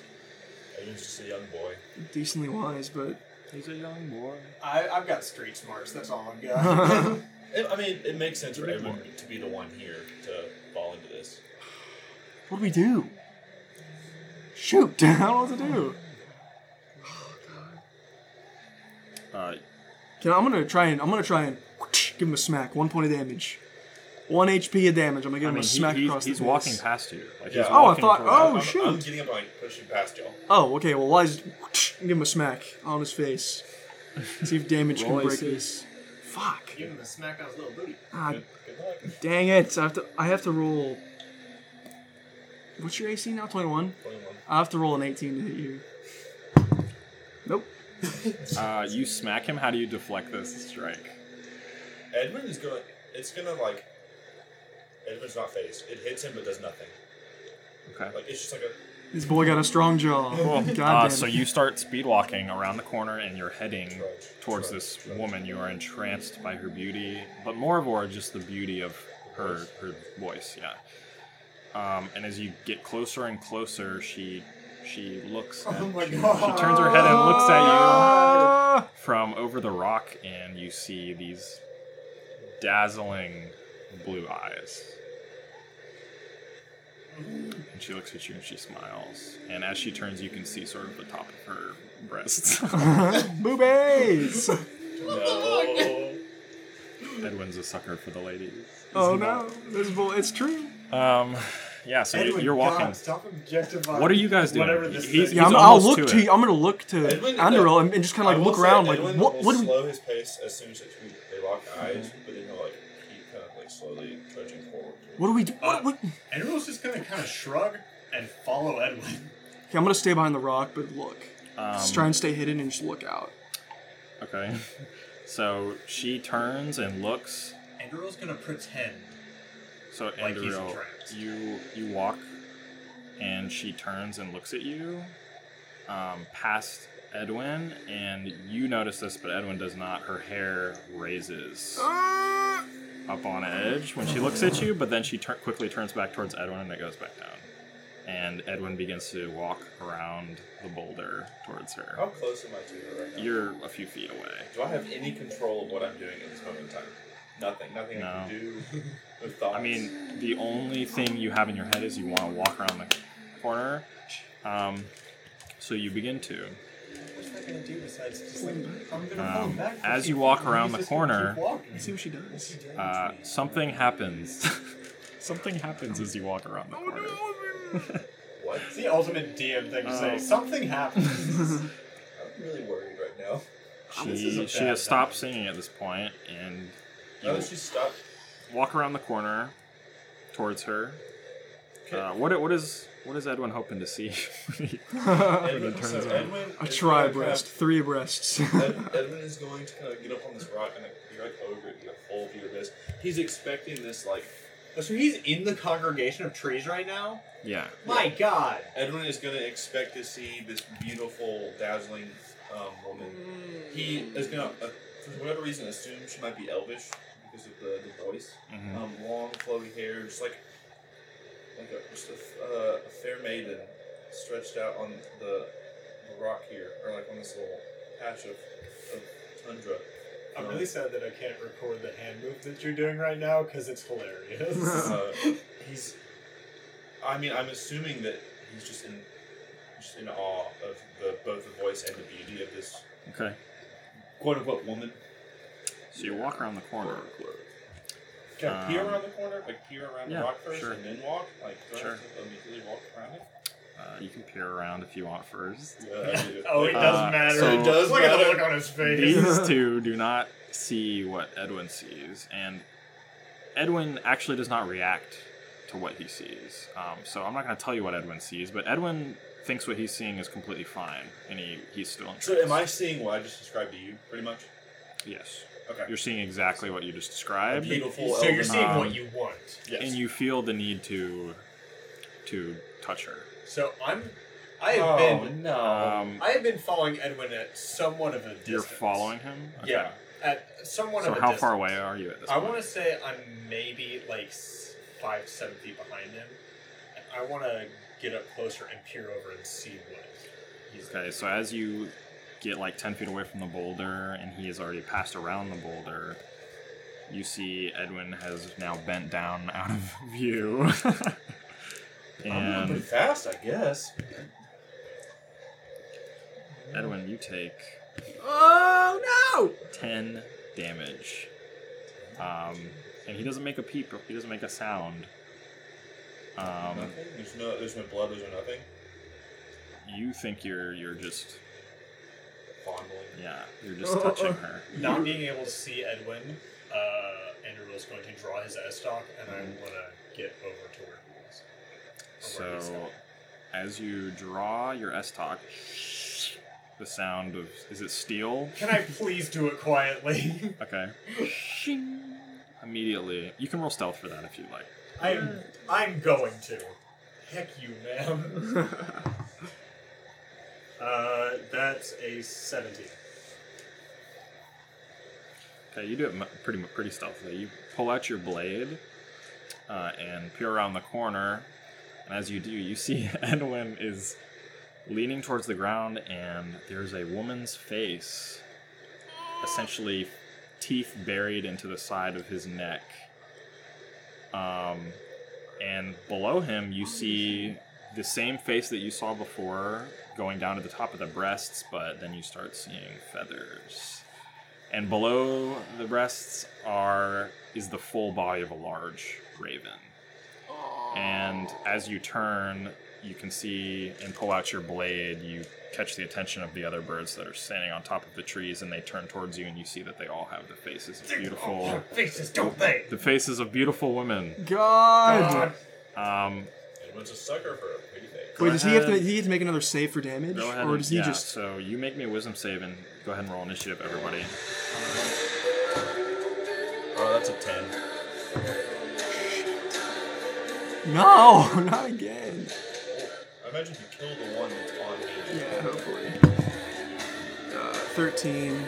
Adrian's just a young boy.
Decently wise, but
He's a young boy.
I, I've got street smarts. That's all I've *laughs* got.
It, I mean, it makes sense for everyone to be the one here to fall into this.
what do we do? Shoot! *laughs* I don't know what to do.
Uh,
Can I, I'm gonna try and I'm gonna try and *laughs* whoosh, give him a smack. One point of damage. One HP of damage. I'm gonna give
I
him
mean,
a
he,
smack
he's-
across
he's
the
walking
face.
past you. Like,
Yeah.
he's
Oh, I
walking
thought-
towards
Oh,
I'm,
shoot.
I'm getting up and like pushing past y'all.
Oh, okay. Well, why is *laughs* whoosh, give him a smack on his
*laughs*
face? See if damage can
Roll
break
AC.
this. Fuck!
Give him a smack on his little booty.
Ah,
Good, good luck.
dang it! I have to. I have to roll. What's your AC now? Twenty-one.
Twenty-one.
I have to roll an eighteen to hit you. Nope.
you. Uh, you smack him. How do you deflect this strike?
Edmund is going. It's gonna like. Edmund's not phased. It hits him but does nothing.
Okay.
Like it's just like a.
This boy got a strong
*laughs*
jaw. God damn
Uh,
it.
so you start speed walking around the corner and you're heading
Trudge,
towards
trudge,
this
trudge.
woman. You are entranced by her beauty, but more of all, just the beauty of her her voice. Yeah. Um, and as you get closer and closer, she she looks. At,
Oh my
she,
God.
she turns her head and looks at you
Ah!
from over the rock, and you see these dazzling blue eyes. And she looks at you and she smiles. And as she turns, you can see sort of the top of her breasts. *laughs*
Boobies!
No.
Edwin's a sucker for the ladies.
oh no, this bull, it's true.
Um, yeah. So you- you're walking.
God, stop objectifying.
What are you guys doing?
Whatever this
He's-
thing
Yeah,
is.
I'm, I'll
almost
look
to
to,
it.
you. I'm gonna look to
Edwin-
Anduril and, and just kind of like
I will
look
say
around, like
Edwin
what?
will
What? do we,
slow his pace as soon as it's, they lock eyes, but then he'll like keep kind of like slowly trudging forward.
what do we do? What, what? Okay,
Enderil's just gonna kind of shrug and follow Edwin.
I'm gonna stay behind the rock, but look.
Um,
just try and stay hidden and just look out.
okay. *laughs* So she turns and looks.
Enderil's gonna pretend.
So
Like he's
Andrew,
entranced.
you you walk, and she turns and looks at you, um, past Edwin, and you notice this, but Edwin does not. Her hair raises
Ah!
up on edge when she looks at you, but then she tur- quickly turns back towards Edwin and it goes back down. And Edwin begins to walk around the boulder towards her.
Oh.
How close am I to her right now?
You're a few feet away.
Do I have any control of what I'm doing at this moment in time? Nothing. Nothing I can
*laughs*
do with thoughts.
I mean, the only thing you have in your head is you want to walk around the corner. Um, so you begin to.
What's that gonna do besides just like I'm gonna
Um,
hold back? for
as you
people.
walk
He's
around the
just gonna
corner-
keep walking.
Let's see what she does.
Uh, something happens. *laughs* something happens as you walk
Oh,
around the corner.
what?
It's the ultimate DM thing to say.
Oh.
Something
*laughs*
happens.
I'm really worried right now.
This is
She
a
she
bad
has stopped
time.
singing at this point, and
Now
you
that she's stopped,
walk around the corner towards her.
Okay.
Uh, what what is what is Edwin hoping to see? *laughs*
Edwin,
turns
so
around.
Edwin
A
is
tri
gonna kind of-
breast, three
*laughs*
breasts.
Ed, Edwin is going to kind of get up on this rock and like be right over it, get a full view of this. He's expecting this like
so he's in the congregation of trees right now.
yeah.
My God.
Edwin is going to expect to see this beautiful, dazzling um, woman. He is going to, uh, for whatever reason, assume she might be elvish because of the, the voice.
Mhm.
Um, long, flowy hair, just like like a, just a, f- uh, a fair maiden stretched out on the, the rock here, or like on this little patch of, of tundra.
I'm
Um,
really sad that I can't record the hand move that you're doing right now because it's
*laughs*
hilarious.
uh, he's. I mean, I'm assuming that he's just in, just in awe of the both the voice and the beauty of this
Okay.
quote unquote woman.
So you walk around the corner.
Can I peer
Um,
around the corner? Like peer around
yeah,
the rock first
sure.
and then walk? Like do I
Sure.
have to immediately walk around it?
Uh, Uh, you can peer around if you want first.
*laughs*
Oh, it doesn't
Uh,
matter.
so-
it does look at
matter.
the look on his face.
*laughs*
These two do not see what Edwin sees, and Edwin actually does not react to what he sees. Um, so I'm not going to tell you what Edwin sees, but Edwin thinks what he's seeing is completely fine, and he, he's still in
So
trance.
am I seeing what I just described to you, pretty much?
Yes.
Okay.
You're seeing exactly what you just
A
described,
beautiful.
so you're
elven-
seeing
Um,
what you want.
Yes.
and you feel the need to to touch her.
So I'm. I have
oh
been.
no!
Um,
I have been following Edwin at somewhat of a distance.
you're following him.
Yeah. At somewhat
So
of a
how
distance.
far away are you at this
I
point?
want to say I'm maybe like s- five, seven feet behind him. And I want to get up closer and peer over and see what he's.
Okay, so as you get like 10 feet away from the boulder and he has already passed around the boulder, you see Edwin has now bent down *laughs* out of view.
I'm pretty
and
fast, I guess.
Edwin, you take
Oh
10 damage. Um, and he doesn't make a peep, he doesn't make a sound. Um,
Nothing. There's no. There's no blood. There's no nothing.
you think you're you're just
Fondling.
yeah you're just touching her.
Not being able to see Edwin, uh, Andrew is going to draw his S stock, and I
Mm-hmm.
want to get over to where he is. Or where he's
So,
at.
as you draw your S talk, the sound of is it steel?
Can I please do it quietly? *laughs*
Okay. Immediately, you can roll stealth for that if you like.
I'm I'm going to. Heck you, ma'am.
no!
*laughs*
Uh, that's a seventeen.
Okay, you do it mu- pretty mu- pretty stealthily. You pull out your blade uh, and peer around the corner, and as you do, you see *laughs* Edwin is leaning towards the ground, and there's a woman's face, essentially teeth buried into the side of his neck. Um, and below him, you see the same face that you saw before, going down to the top of the breasts, but then you start seeing feathers and below the breasts are is the full body of a large raven. And as you turn, you can see and pull out your blade. You catch the attention of the other birds that are standing on top of the trees, and they turn towards you, and you see that they all have the faces of beautiful,
faces, don't they?
the faces of beautiful women. Ah.
God.
God.
Um,
Edwin's a sucker for a pretty thing.
Wait, does he have to?
ahead.
He have to make another save for damage,
go ahead
or
and,
does he
yeah,
just?
so you make me a wisdom save and go ahead and roll initiative, everybody.
Oh, that's a ten.
No, *laughs* not again.
I imagine you kill the one that's on me.
Yeah, hopefully. Uh, Thirteen.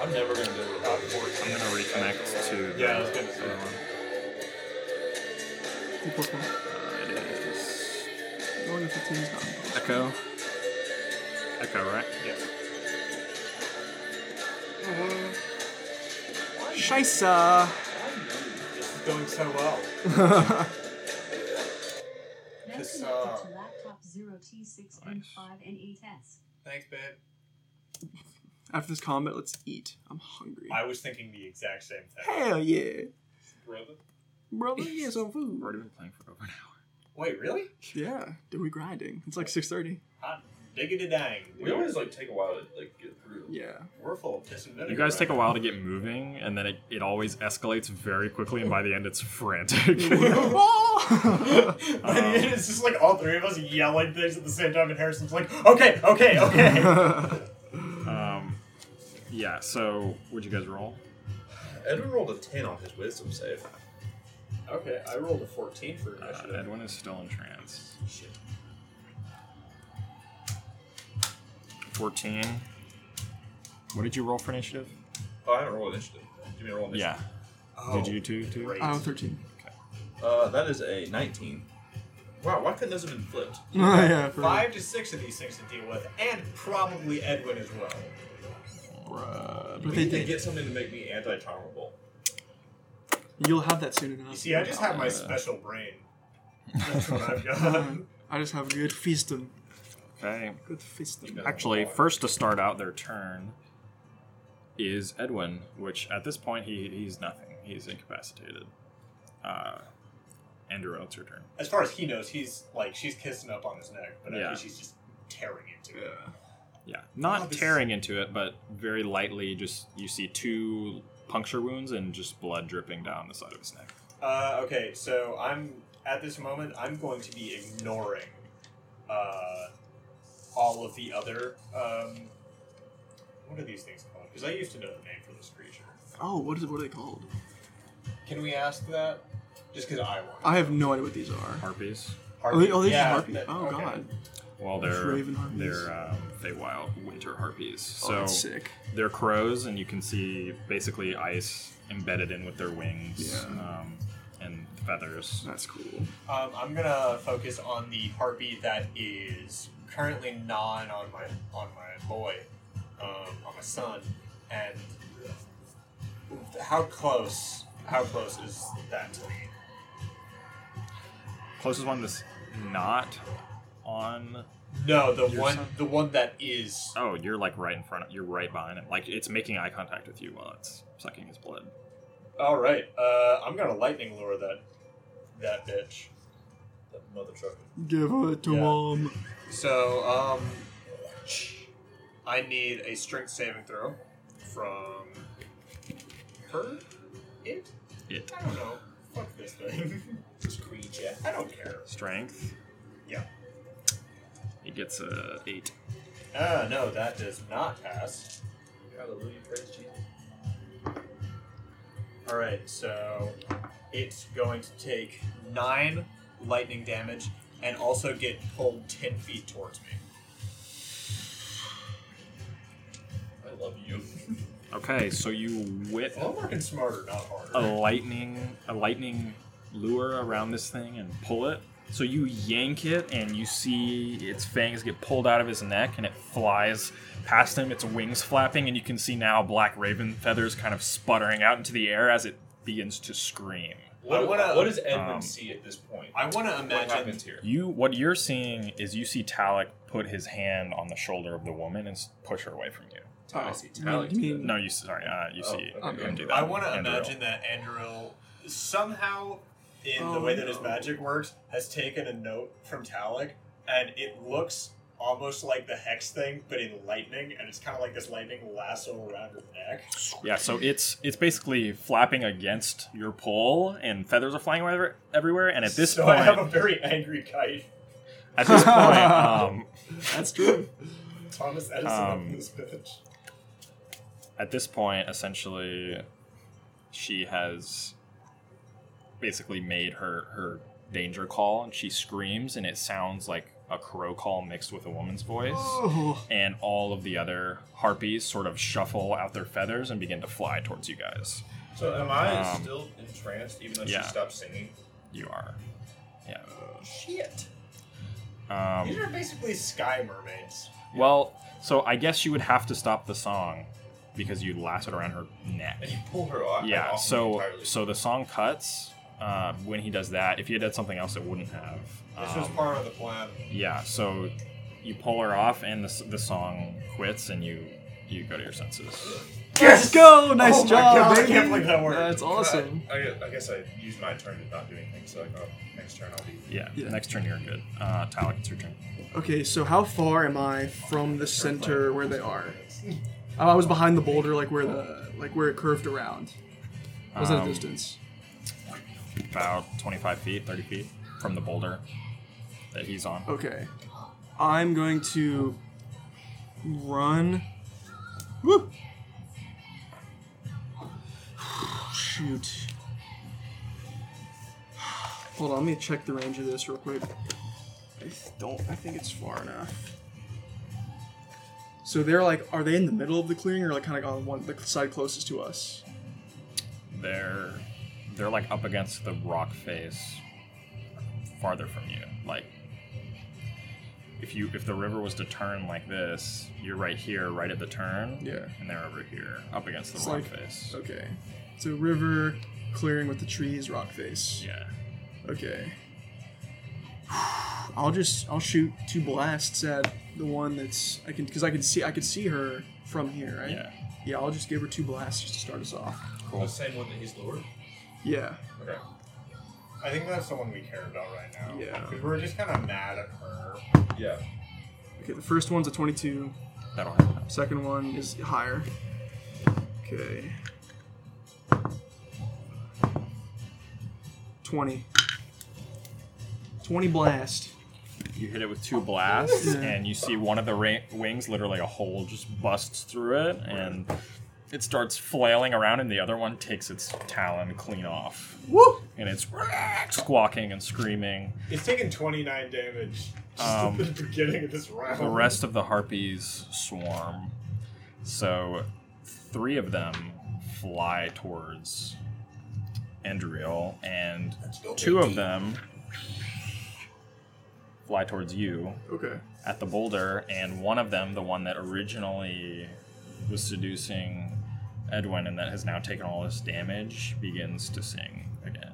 I'm never gonna be able to top four.
I'm gonna reconnect to the,
Yeah, I was gonna say.
other one.
Three plus one.
Uh, it is
Going to fifteen is not impossible.
Echo. Echo, right?
Yes.
Scheisse.
It's going so well.
Now
Cause,
connected
uh,
to laptop 0T6N5 and 8S.
Thanks, babe.
*laughs* After this combat, let's eat. I'm hungry.
*laughs* I was thinking the exact same thing.
Hell yeah,
Brother.
*laughs*
brother. Get some food.
We've already been playing for over an hour.
Wait, really?
Yeah, dude, we grinding. It's like six thirty.
Hot diggity dang.
We always like take a while to like get
*laughs*
through.
Yeah.
We're full of piss and vinegar.
You guys
right
take a
now.
while to get moving, and then it, it always escalates very quickly, and by the end, it's *laughs* frantic.
*laughs* Oh!
*laughs* By the
Um,
end, it's just like all three of us yelling things at the same time, and Harrison's like, "Okay, okay,
*laughs*
okay."
um, yeah, so what'd you guys roll?
Edwin rolled a ten on his wisdom save.
okay, I rolled a fourteen for
Uh, Edwin is still in trance.
Shit.
14. What did you roll for initiative?
Oh, I haven't rolled initiative. Give me a roll initiative.
Oh.
did you two? two?
great.
Oh,
*laughs*
13.
Yeah. Uh, that is a nineteen. Wow, why couldn't those have been flipped?
Oh, yeah, for
Five to six of these things to deal with, and probably Edwin as well.
Bruh. But
We
they
need to
did.
get something to make me anti-charmable.
You'll have that soon enough.
You see, I just have
Uh.
my special brain.
*laughs*
That's what I've got.
Um, I just have good feasting.
Okay.
Good feasting.
Actually, first to start out their turn is Edwin, which at this point he, he's nothing. He's incapacitated. Uh, Andrew, it's your turn.
As far as he knows, he's like she's kissing up on his neck, but I
Yeah.
think she's just tearing into it.
Yeah, not
Oh, this-
tearing into it, but very lightly. Just you see two puncture wounds and just blood dripping down the side of his neck.
Uh, okay, so I'm at this moment I'm going to be ignoring uh, all of the other um, what are these things called? Because I used to know the name for this creature.
Oh, what is it? What are they called?
Can we ask that? Just because I want.
I have no idea what these are.
Harpies.
Oh, they, oh, they're
Yeah,
just harpy.
that-
oh
okay.
god,
Well, they're
Raven harpies.
they're um, they wild winter harpies.
oh,
So
that's sick.
they're crows, and you can see basically ice embedded in with their wings
Yeah.
um, and feathers.
That's cool.
Um, I'm gonna focus on the harpy that is currently gnawing on my on my boy, um, on my son, and how close? How close is that to me?
Closest one that's not on.
No, the
Your
one
son?
the one that is.
Oh, you're like right in front. Of, you're right behind it. Like it's making eye contact with you while it's sucking his blood.
All right, uh, I'm gonna lightning lure that that bitch.
That mother trucker.
Give it to
Yeah.
mom.
So um, I need a strength saving throw from her. It.
It
I don't know. Fuck this thing. *laughs*
This creature.
I don't care.
strength.
Yeah.
It gets a eight.
Uh, no, that does not pass.
Hallelujah, praise Jesus.
All right, so it's going to take nine lightning damage and also get pulled ten feet towards me.
I love you.
Okay, so you whip
I'm working smarter, not harder.
a lightning a lightning lure around this thing and pull it. So you yank it and you see its fangs get pulled out of his neck and it flies past him, its wings flapping, and you can see now black raven feathers kind of sputtering out into the air as it begins to scream.
What,
I wanna-
what does Edmund
um,
see at this point?
I want to
What
imagine.
happens here?
You what you're seeing is you see Talik put his hand on the shoulder of the woman and s- push her away from you.
Oh, I see.
I
Talix.
mean-
No, you sorry, uh, you see
Oh, okay.
him do that.
I want to
Andrew.
imagine that Andril somehow, in the
Oh,
way that his
no.
magic works, has taken a note from Talik, and it looks almost like the hex thing, but in lightning, and it's kind of like this lightning lasso around his neck.
Yeah, so it's it's basically flapping against your pole, and feathers are flying wherever, everywhere. And at this
so I have a
point,
very angry kite.
at this point,
*laughs*
um,
That's true.
Thomas Edison
Um,
of this bitch.
at this point, essentially, she has basically made her her danger call, and she screams, and it sounds like a crow call mixed with a woman's voice.
*gasps*
*laughs* Oh,
And all of the other harpies sort of shuffle out their feathers and begin to fly towards you guys.
So am I
Um,
still entranced even though
yeah.
she stopped singing?
You are, yeah.
Shit.
Um,
These are basically sky mermaids.
Well, so I guess you would have to stop the song because you lassoed around her neck.
*laughs* And you pull her off.
Yeah.
off
So
entirely.
so the song cuts uh, when he does that. If he had done something else, it wouldn't have.
This
Um,
was part of the plan.
yeah. So you pull her off, and the s- the song quits, and you you go to your senses.
let's go! Nice
Oh my
job,
God, I
baby.
can't believe that worked.
That's awesome.
I, I, I guess I used my turn to not do anything, so like, oh, next turn I'll be.
Yeah.
Yeah.
Next turn you're good. Uh, Talik, it's your turn.
Okay, so how far am I from the center where they are? Oh, I was behind the boulder, like where the like where it curved around. I was at
Um,
a distance.
About 25 feet, 30 feet from the boulder that he's on.
Okay, I'm going to run. Woo! Shoot. Hold on, let me check the range of this real quick. I don't. I think it's far enough. So they're like, are they in the middle of the clearing, or like kind of on one the side closest to us?
they're they're like up against the rock face farther from you like if you if the river was to turn like this you're right here right at the turn
Yeah.
and they're over here up against the
It's
rock
like-
face
Okay. So river clearing with the trees, rock face.
yeah
Okay. I'll just I'll shoot two blasts at the one that's I can because I can see I could see her from here, right?
yeah
Yeah, I'll just give her two blasts just to start us off.
The same one that he's lured.
Yeah.
Okay.
I think that's the one we care about right now.
Yeah.
Because we're just kind of mad at her.
Yeah.
Okay, the first one's a 22.
That'll happen.
Second one is higher. Okay. 20. 20 blast.
You hit it with two blasts,
Yeah.
and you see one of the ra- wings, literally a hole, just busts through it, and it starts flailing around, and the other one takes its talon clean off.
Woo!
And it's squawking and screaming.
It's taken 29 damage *laughs* just
Um,
at the beginning of this round.
The rest of the harpies swarm. So three of them fly towards Endriel, and two of them fly towards you
Okay.
at the boulder, and one of them, the one that originally was seducing Edwin and that has now taken all this damage, begins to sing again.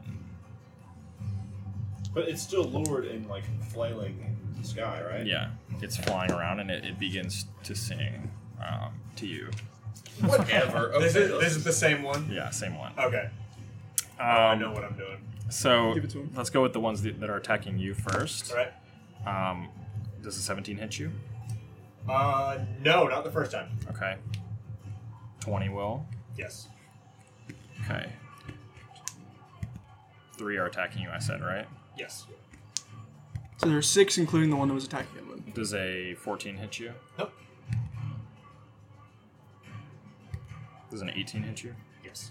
But it's still lured and like flailing in the sky, right?
Yeah, it's flying around and it, it begins to sing um, to you.
Whatever. Okay.
This is, this is the same one?
Yeah, same one.
Okay. I know
Um,
what I'm doing.
so
Give it to him.
let's go with the ones that that are attacking you first.
Alright.
Um, does a 17 hit you?
Uh, no, not the first time.
Okay. 20 will.
Yes.
Okay. Three are attacking you, I said, right?
Yes.
So there's six, including the one that was attacking Edwin.
Does a 14 hit you?
Nope.
Does an 18 hit you?
Yes.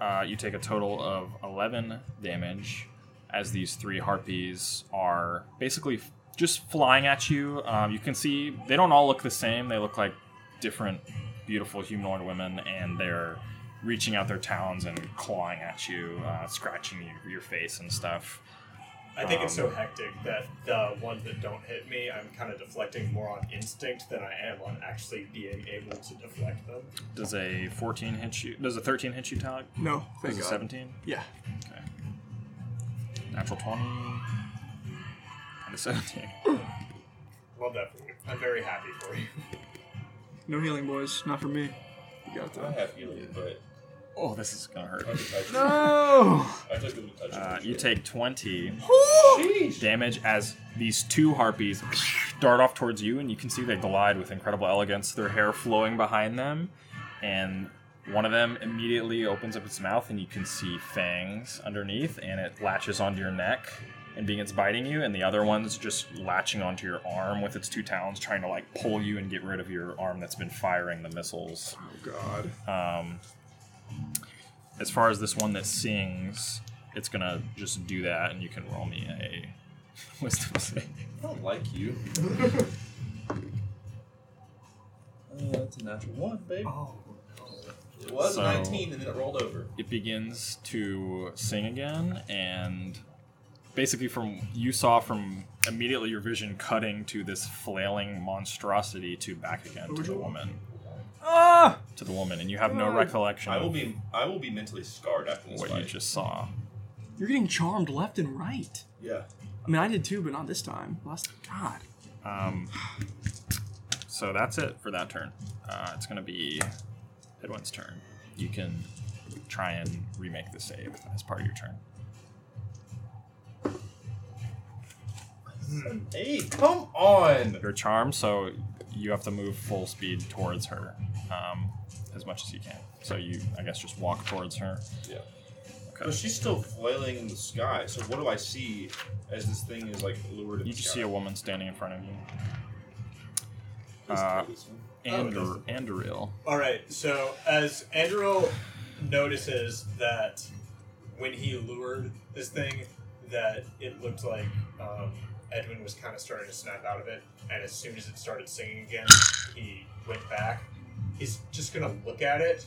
Uh, you take a total of 11 damage as these three harpies are basically f- just flying at you. Um, you can see they don't all look the same. They look like different, beautiful humanoid women, and they're reaching out their talons and clawing at you, uh, scratching you, your face and stuff.
I think it's so
Um,
hectic that the ones that don't hit me, I'm kind of deflecting more on instinct than I am on actually being able to deflect them.
Does a 14 hit you? Does a 13 hit you, Tag?
No, thank
Does a
God.
17?
Yeah.
Okay. Natural 20 and a 17.
Love that for you. I'm very happy for you. *laughs*
No healing, boys. Not for me. You got
I
that.
have healing, but
*laughs* Oh, this is gonna hurt.
I just touch it.
No!
I just gonna touch it.
Uh, you take 20
Oh,
Sheesh.
damage as these two harpies dart off towards you, and you can see they glide with incredible elegance, their hair flowing behind them. And one of them immediately opens up its mouth, and you can see fangs underneath, and it latches onto your neck and begins biting you. And the other one's just latching onto your arm with its two talons, trying to like pull you and get rid of your arm that's been firing the missiles.
Oh, God.
Um, as far as this one that sings, it's gonna just do that, and you can roll me a *laughs* wisdom save.
I don't like you. Uh, that's a natural one, baby.
Oh,
It was
So-
19 and then it rolled over.
It begins to sing again, and basically, from you saw from immediately your vision cutting to this flailing monstrosity to back again to the woman,
Ah!
to the woman, and you have no recollection
I will
of
be I will be mentally scarred after this
what you
fight.
just saw.
You're getting charmed left and right.
yeah.
I mean, I did too, but not this time. Last God.
Um, so that's it for that turn. Uh, it's going to be Edwin's turn. You can try and remake the save as part of your turn.
Hey, come on!
Your charm, so you have to move full speed towards her um, as much as you can. So you, I guess, just walk towards her.
Yeah. But
Okay.
she's still flailing in the sky. So what do I see as this thing is like lured? In
You
the
just
sky?
see a woman standing in front of you.
Please
uh,
tell this one.
Ander, *laughs* Anderil.
All right. So as Andrew notices that when he lured this thing, that it looked like um, Edwin was kind of starting to snap out of it, and as soon as it started singing again, he went back. He's just gonna look at it,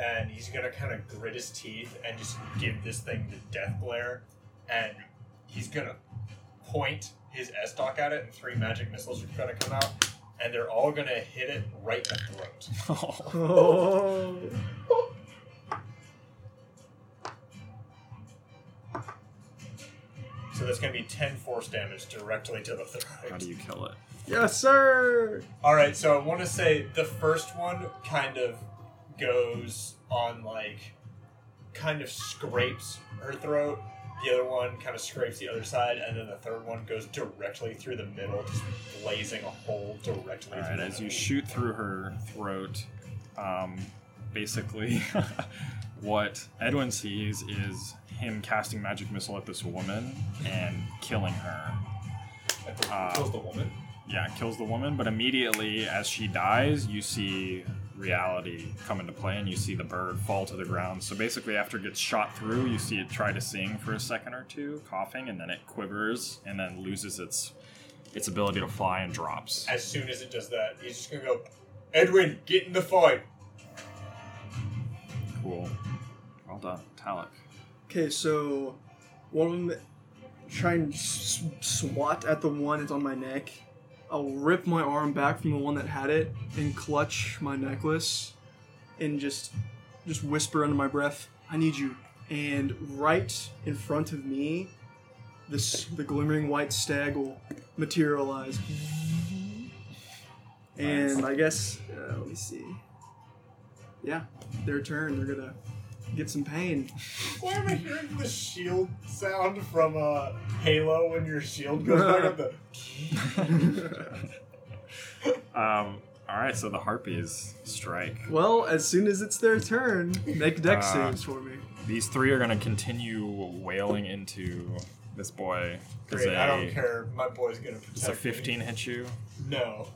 and he's gonna kind of grit his teeth and just give this thing the death glare, and he's gonna point his S dock at it, and three magic missiles are gonna come out, and they're all gonna hit it right in the throat.
Oh.
So that's going to be 10 force damage directly to the
How
throat.
do you kill it?
Yes, sir.
All right, so I want to say the first one kind of goes on like kind of scrapes her throat. The other one kind of scrapes the other side, and then the third one goes directly through the middle, just blazing a hole directly.
All
through
right,
the
as you
middle.
shoot through her throat, um, basically, *laughs* what Edwin sees is him casting magic missile at this woman and killing her.
At the,
Uh,
kills the woman.
Yeah, it kills the woman, but immediately as she dies, you see reality come into play and you see the bird fall to the ground. So basically, after it gets shot through, you see it try to sing for a second or two, coughing, and then it quivers and then loses its its ability to fly and drops.
as soon as it does that, he's just gonna go, Edwin, get in the fight.
Cool. Well done, Talik.
Okay, so one of them try and s- swat at the one that's on my neck. I'll rip my arm back from the one that had it and clutch my necklace and just just whisper under my breath, "I need you." And right in front of me, this the glimmering white stag will materialize. And I guess uh, let me see. Yeah, their turn. They're gonna get some pain.
Why am I hearing the shield sound from uh, Halo when your shield goes back up
*laughs*
the?
*laughs* Um, all right, so the harpies strike.
Well, as soon as it's their turn, make deck
Uh,
saves for me.
These three are going to continue wailing into this boy. Does
Great, I
a-
don't care. My boy's gonna protect.
Does a
me.
15 hit you?
No.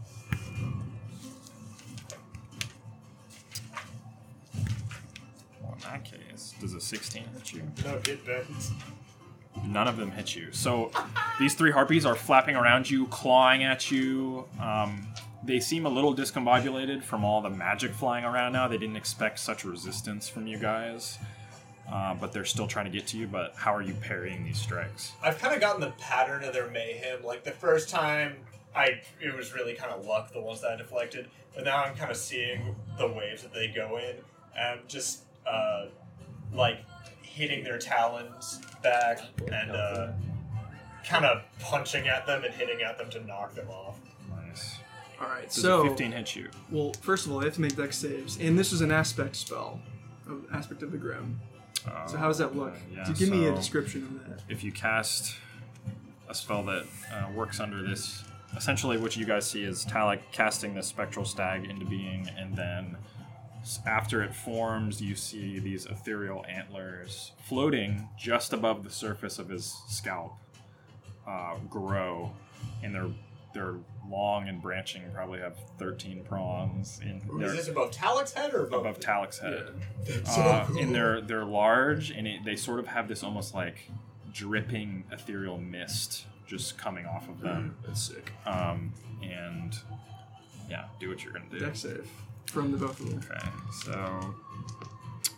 Well, in that case, does a 16 hit you?
No, get bent.
None of them hit you. So these three harpies are flapping around you, clawing at you. Um, they seem a little discombobulated from all the magic flying around now. They didn't expect such resistance from you guys, uh, but they're still trying to get to you. But how are you parrying these strikes?
I've kind of gotten the pattern of their mayhem. Like the first time, I it was really kind of luck the ones that I deflected, but now I'm kind of seeing the waves that they go in. And I'm just uh, like hitting their talons back and uh, kind of punching at them and hitting at them to knock them off.
Nice.
All right,
Does
so
a 15 hit you?
well, first of all, they have to make deck saves, and this is an aspect spell, of, aspect of the grim.
Uh,
So how does that look?
Okay, Uh, yeah,
to give me a
so-
description of that.
if you cast a spell that uh, works under this, essentially what you guys see is Talik casting this spectral stag into being, and then s- after it forms, you see these ethereal antlers floating just above the surface of his scalp uh, grow, and they're they're long and branching, probably have 13 prongs, and
Is
they're
this above Talik's head or above?
above Talik's head.
That's so
Uh,
cool.
and they're they're large, and it, they sort of have this almost like dripping ethereal mist just coming off of them.
mm, That's sick.
Mm.
Um, and yeah, do what you're gonna do.
Deck save from the both of them.
Okay, so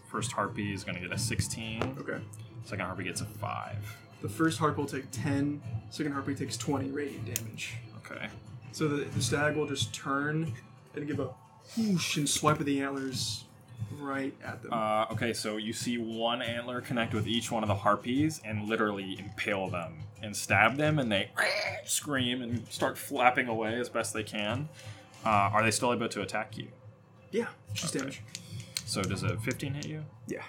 first harpy is gonna get a 16.
Okay.
Second harpy gets a five.
The first harp will take 10. Second harp takes 20 radiant damage.
Okay,
So the, the stag will just turn and give a whoosh and swipe of the antlers right at them.
uh, okay. So you see one antler connect with each one of the harpies and literally impale them and stab them, and they scream and start flapping away as best they can. Uh, are they still able to attack you?
yeah, just
okay.
damage.
So does a 15 hit you?
Yeah.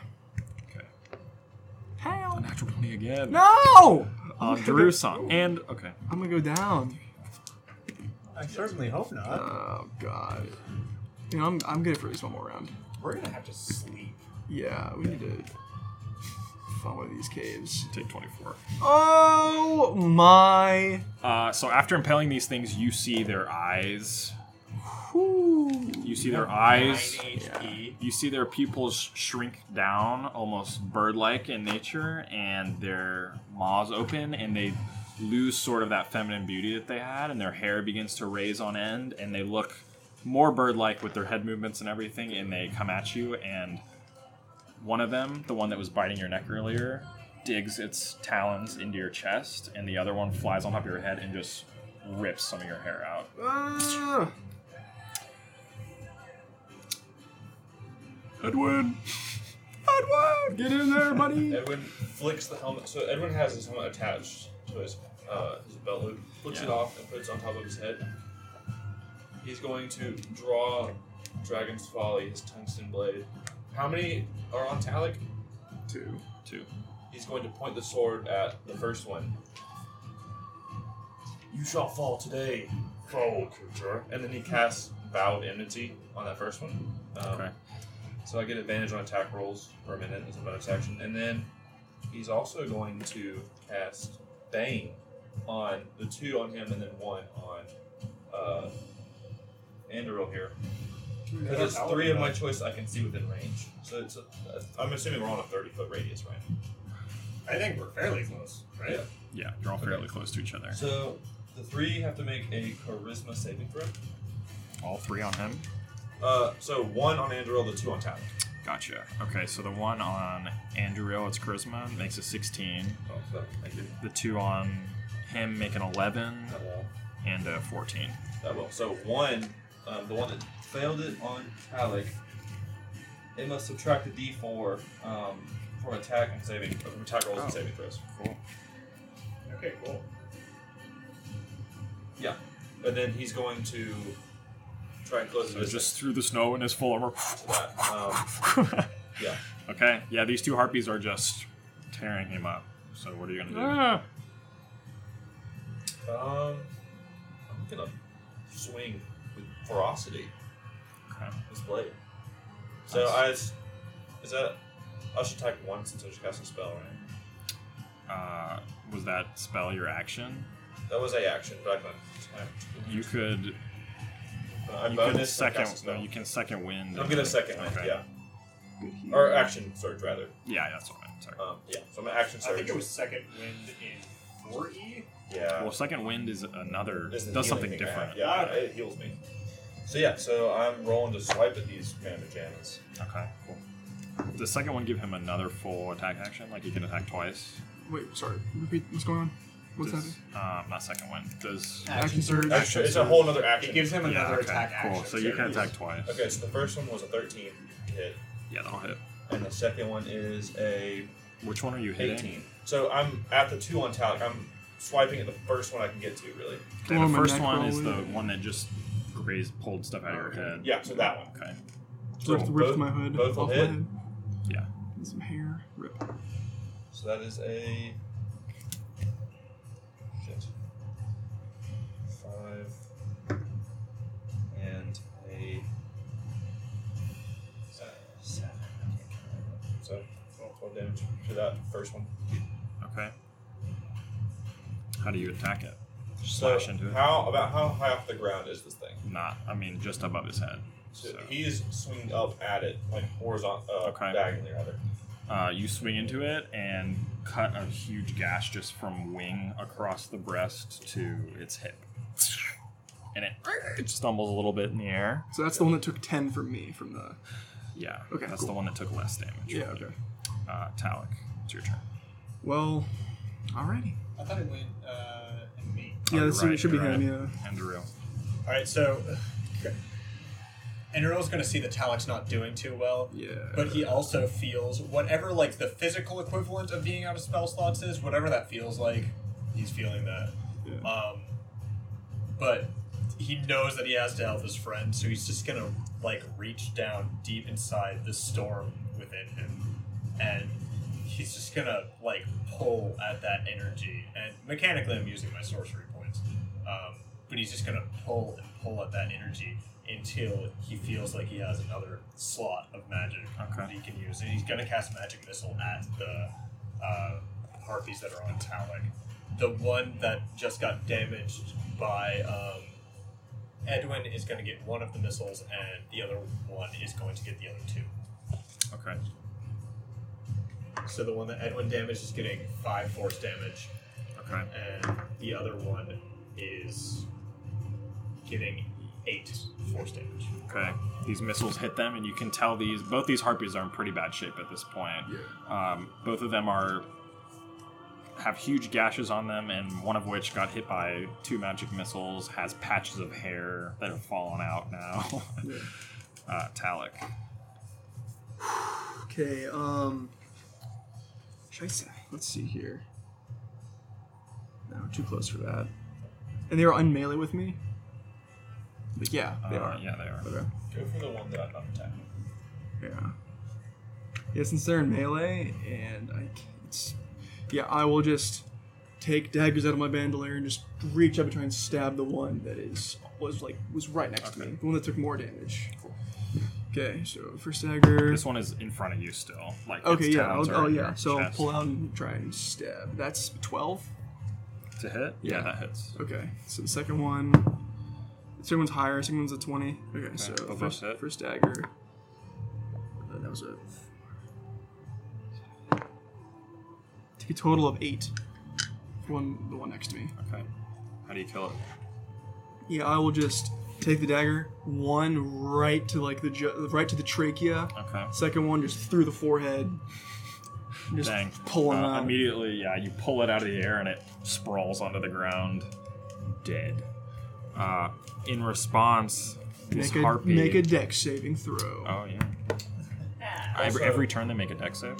Okay.
Hell.
Natural 20 again.
No! *laughs*
On Drusong. And, okay.
I'm gonna go down.
I certainly hope not.
Oh god. You know, I'm, I'm good for at least one more round.
We're gonna have to sleep.
Yeah, we need to find one of these caves.
Take 24.
Oh my!
Uh, so after impaling these things, you see their eyes.
Whew.
You see their eyes.
Nine HP.
You see their pupils shrink down, almost bird like in nature, and their maws open, and they lose sort of that feminine beauty that they had, and their hair begins to raise on end, and they look more bird like with their head movements and everything, and they come at you, and one of them, the one that was biting your neck earlier, digs its talons into your chest, and the other one flies on top of your head and just rips some of your hair out.
Ah.
*laughs* Edwin!
Edward, Get in there, buddy!
Edwin flicks the helmet. So Edwin has his helmet attached to to his, uh, his belt loop, flips it
Yeah.
off, and puts it on top of his head. He's going to draw Dragon's Folly, his tungsten blade. How many are on Talik?
Two.
Two.
He's going to point the sword at the first one. You shall fall today, foe creature. And then he casts Bowed Enmity on that first one. Um,
Okay.
So I get advantage on attack rolls for a minute as a bonus action. And then he's also going to cast Bane on the two on him and then one on uh, Anduril here. Because it's three of my choice I can see within range. So it's a, I'm assuming we're on a 30 foot radius right now.
I think we're fairly close, right?
Yeah, they're all fairly close to each other.
So the three have to make a charisma saving throw.
All three on him.
Uh, so one on Anduril, the two on Talik.
Gotcha. Okay, so the one on Andrew, it's charisma, makes a 16.
Oh, so I did
The two on him make an 11
that well.
and a 14.
That will. So one, um, the one that failed it on Talik, it must subtract a D4 um, from attack and saving from attack rolls and saving throws.
Cool.
Okay, cool.
Yeah, and then he's going to try and close the
So
distance
just through the snow in his full armor.
to that. Um, yeah.
*laughs* okay, yeah, these two harpies are just tearing him up. So what are you gonna do?
Ah.
Um, I'm gonna swing with ferocity.
Okay.
This blade. So
Nice.
I s- is that I should attack once since I just cast a spell, right?
Uh, was that spell your action?
That was a action, but I can attack.
You could
Uh, I
you
bonus
can
and
second
cast a spell.
you can second wind.
I'm gonna second wind,
Okay.
yeah,
Good heat.
or action surge rather.
Yeah, that's what I meant. Sorry.
Um, yeah, so I'm gonna action surge.
I think it was second wind in E. 4E.
yeah.
well, second wind is another
This is the
does
healing
something
thing,
different.
right? Yeah, it heals me. So yeah, so I'm rolling to swipe at these commander jammers.
Okay, cool. Does the second one give him another full attack action? Like he can attack twice?
Wait, sorry. Repeat what's going on. What's
does,
happening?
Um, not second one. Does
Action surge.
Actually, it's a whole another
It
action.
gives him another
yeah, okay,
attack
cool.
action.
So you can
he's-
attack twice.
Okay, so the first one was a 13 hit,
Yeah, that'll hit.
and the second one is a
Which one are you hitting?
18. So I'm at the two on Talik. I'm swiping at the first one I can get to, really.
Okay,
Or
the
my
first
neck
one
roll
is
is-
the one that just grazed, pulled stuff out of your head.
Yeah, so that one.
Okay.
Ripped,
So
ripped
both-
my hood
both will
off
hit.
my head.
Yeah.
And some hair. Rip.
So that is a. Shit. Five. And a. Seven. Seven. I can't remember. So, well, 12 damage to that first one.
Okay. How do you attack it?
So,
Slash into it.
how about how high off the ground is this thing?
Not. I mean, just above his head.
So
So,
he is swinging up at it, like horizontal, uh,
Okay.
diagonally rather.
uh, you swing into it and cut a huge gash just from wing across the breast to its hip, and it, it stumbles a little bit in the air.
So that's the one that took ten from me from the.
Yeah.
Okay,
That's
cool.
the one that took less damage.
Yeah. Okay.
Uh, Talik, it's your turn.
Well. Alrighty.
I thought it went uh, in me.
Yeah,
Oh,
this
you're right,
should be
you're
him.
right.
Yeah.
And Darrell.
All right, so *sighs* and Earl's going to see that Talik's not doing too well.
Yeah.
But he also feels whatever like the physical equivalent of being out of spell slots is, whatever that feels like, he's feeling that.
Yeah.
Um, but he knows that he has to help his friend, so he's just gonna like reach down deep inside the storm within him, and he's just gonna like pull at that energy. And mechanically, I'm using my sorcery points, um, but he's just gonna pull and pull at that energy until he feels like he has another slot of magic
Okay.
that he can use, and he's gonna cast magic missile at the uh, harpies that are on Talik the one that just got damaged by um, Edwin is going to get one of the missiles, and the other one is going to get the other two.
Okay.
So the one that Edwin damaged is getting five force damage,
Okay.
and the other one is getting eight force damage.
Okay. These missiles hit them, and you can tell these both these harpies are in pretty bad shape at this point. Um, both of them are have huge gashes on them, and one of which got hit by two magic missiles, has patches of hair that have fallen out now. *laughs*
Yeah.
uh, Talik.
Okay. Um. Scheiße. Let's see here. too close for that. And they are unmelee with me. But yeah, they
Uh,
are.
Yeah, they are.
Okay.
Go for the one that I'm not attacking.
Yeah. Yeah, since they're in melee, and I, c- it's, yeah, I will just take daggers out of my bandolier and just reach up and try and stab the one that is was like was right next to
Okay.
me, the one that took more damage. Okay, so first dagger.
This one is in front of you still. Like
okay,
its
yeah,
talons
I'll,
are
oh
in
yeah,
your
so I'll
chest.
pull out and try and stab. That's twelve.
to hit.
Yeah.
Yeah, that hits.
Okay, so the second one, the second one's higher. Second one's a twenty. Okay, so
both
first,
hit.
first dagger. Uh, that was a take a total of eight. for One, the one next to me.
Okay. How do you kill it?
Yeah, I will just take the dagger. One right to like the ju- right to the trachea.
Okay.
Second one just through the forehead. *laughs* Just
Dang.
pulling
Uh,
out.
Immediately, yeah, you pull it out of the air and it sprawls onto the ground, dead. Uh, in response, this
make a
harpy.
make a dex saving
Uh,
throw.
oh yeah. Every,
Also-
every turn they make a dex save.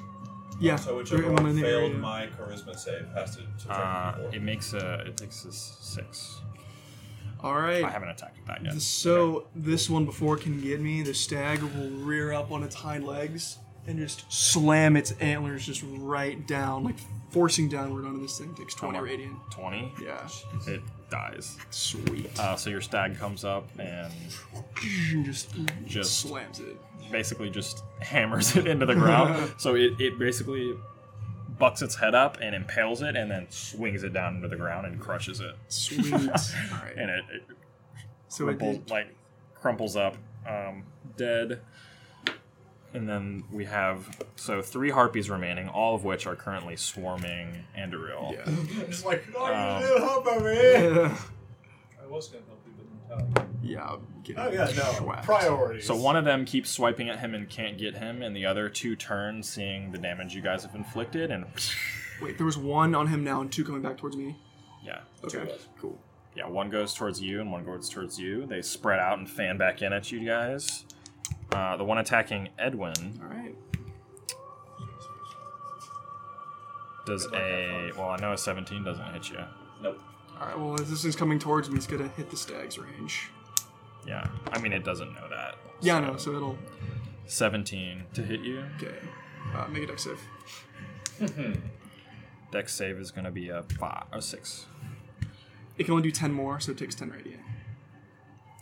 yeah,
So
third
whichever
one
one
in the
failed
area.
my charisma save has to
Uh,
subtract
it
four.
makes a it takes a s- six.
All right.
I haven't attacked with that yet.
So this one before can get me. The stag will rear up on its hind legs and just slam its antlers just right down, like forcing downward onto this thing. Takes twenty radiant.
Twenty.
Yeah,
It dies.
sweet.
Uh, so your stag comes up and
And just,
just- *laughs*
slams it.
basically just hammers it into the ground. so it, it basically bucks its head up and impales it and then swings it down into the ground and crushes it.
Sweet. All right.
And it, it
so it
crumple-
did.
like crumples up, um, dead. And then we have so three harpies remaining, all of which are currently swarming Anduril.
Yeah.
I'm just like, oh,
Um,
you little help over here. *laughs*
I was gonna help you, but I'm telling
yeah. I'm getting
Oh yeah, no
whacked.
priorities.
So one of them keeps swiping at him and can't get him, and the other two turn, seeing the damage you guys have inflicted, and
Wait, there was one on him now and two coming back towards me.
yeah,
Okay. Cool.
yeah. One goes towards you, and one goes towards you. They spread out and fan back in at you guys. Uh, the one attacking Edwin
All right.
does a well. I know a 17 doesn't hit you.
Nope.
All right. Well, as this thing's coming towards me, it's gonna hit the stag's range.
Yeah, I mean it doesn't know that.
Yeah, no. So it'll
17 to hit you.
okay. Uh, make a dex save.
Dex save is going to be a five, a six.
It can only do 10 more, so it takes 10 radiant.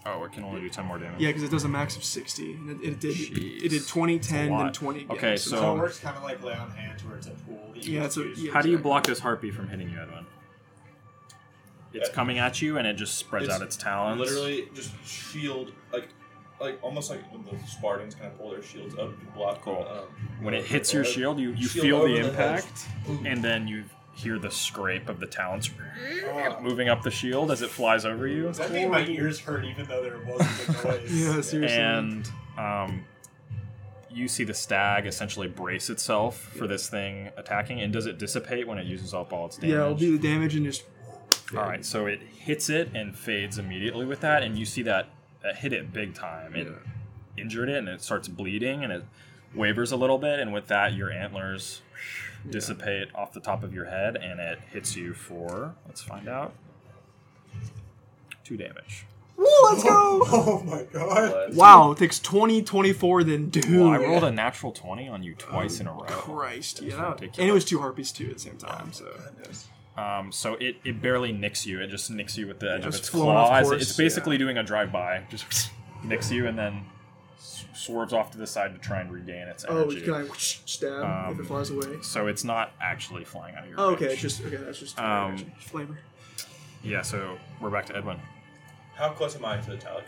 Oh, it can only do 10 more damage.
Yeah, because it does a max of 60. And it, it did it did
Jeez.
20,
a
10,
lot.
and 20 again.
Okay,
So,
so-
it works kind of like lay on hands, where it's a pool. That you
Yeah,
can
it's a-
use.
yeah.
How do you block this harpy from hitting you, Edwin? It's
Yeah.
coming at you and it just spreads
It's
out its talons.
Literally, just shield like, like almost like when the Spartans kind of pull their shields up to block.
Cool.
Um,
When it hits your
uh,
shield, you, you
shield
feel
over
the
head.
impact,
Boom.
and then you hear the scrape of the talons
Ah.
moving up the shield as it flies over you.
Does that mean my ears hurt even though there
*laughs*
wasn't a noise?
Yeah, seriously.
and um, you see the stag essentially brace itself for this thing attacking. And does it dissipate when it uses up all its damage?
yeah, it'll do the damage and just.
All right, so it hits it and fades immediately with that, and you see that that hit it big time. It injured it, and it starts bleeding, and it wavers a little bit, and with that, your antlers dissipate off the top of your head, and it hits you for let's find out two damage.
Woo, let's go!
Oh my god.
But
Wow, it takes 20, 24, then dude.
Well, I rolled a natural twenty on you twice in a row.
*laughs* Christ, yeah. that-
ridiculous.
And it was two harpies too at the same time, so.
Um, so it, it barely nicks you. It just nicks you with the edge of
it's
its
flown off
claw. as it-
course,
it's basically
yeah.
doing a drive by. Just *laughs* nicks you and then s- swerves off to the side to try and regain its
Oh,
energy.
can I whoosh, stab if it
Um,
flies away?
So it's not actually flying out of your.
Oh, okay,
range.
it's just. Okay, that's just.
Um,
just flavor.
Yeah. So we're back to Edwin.
How close am I to the Talik?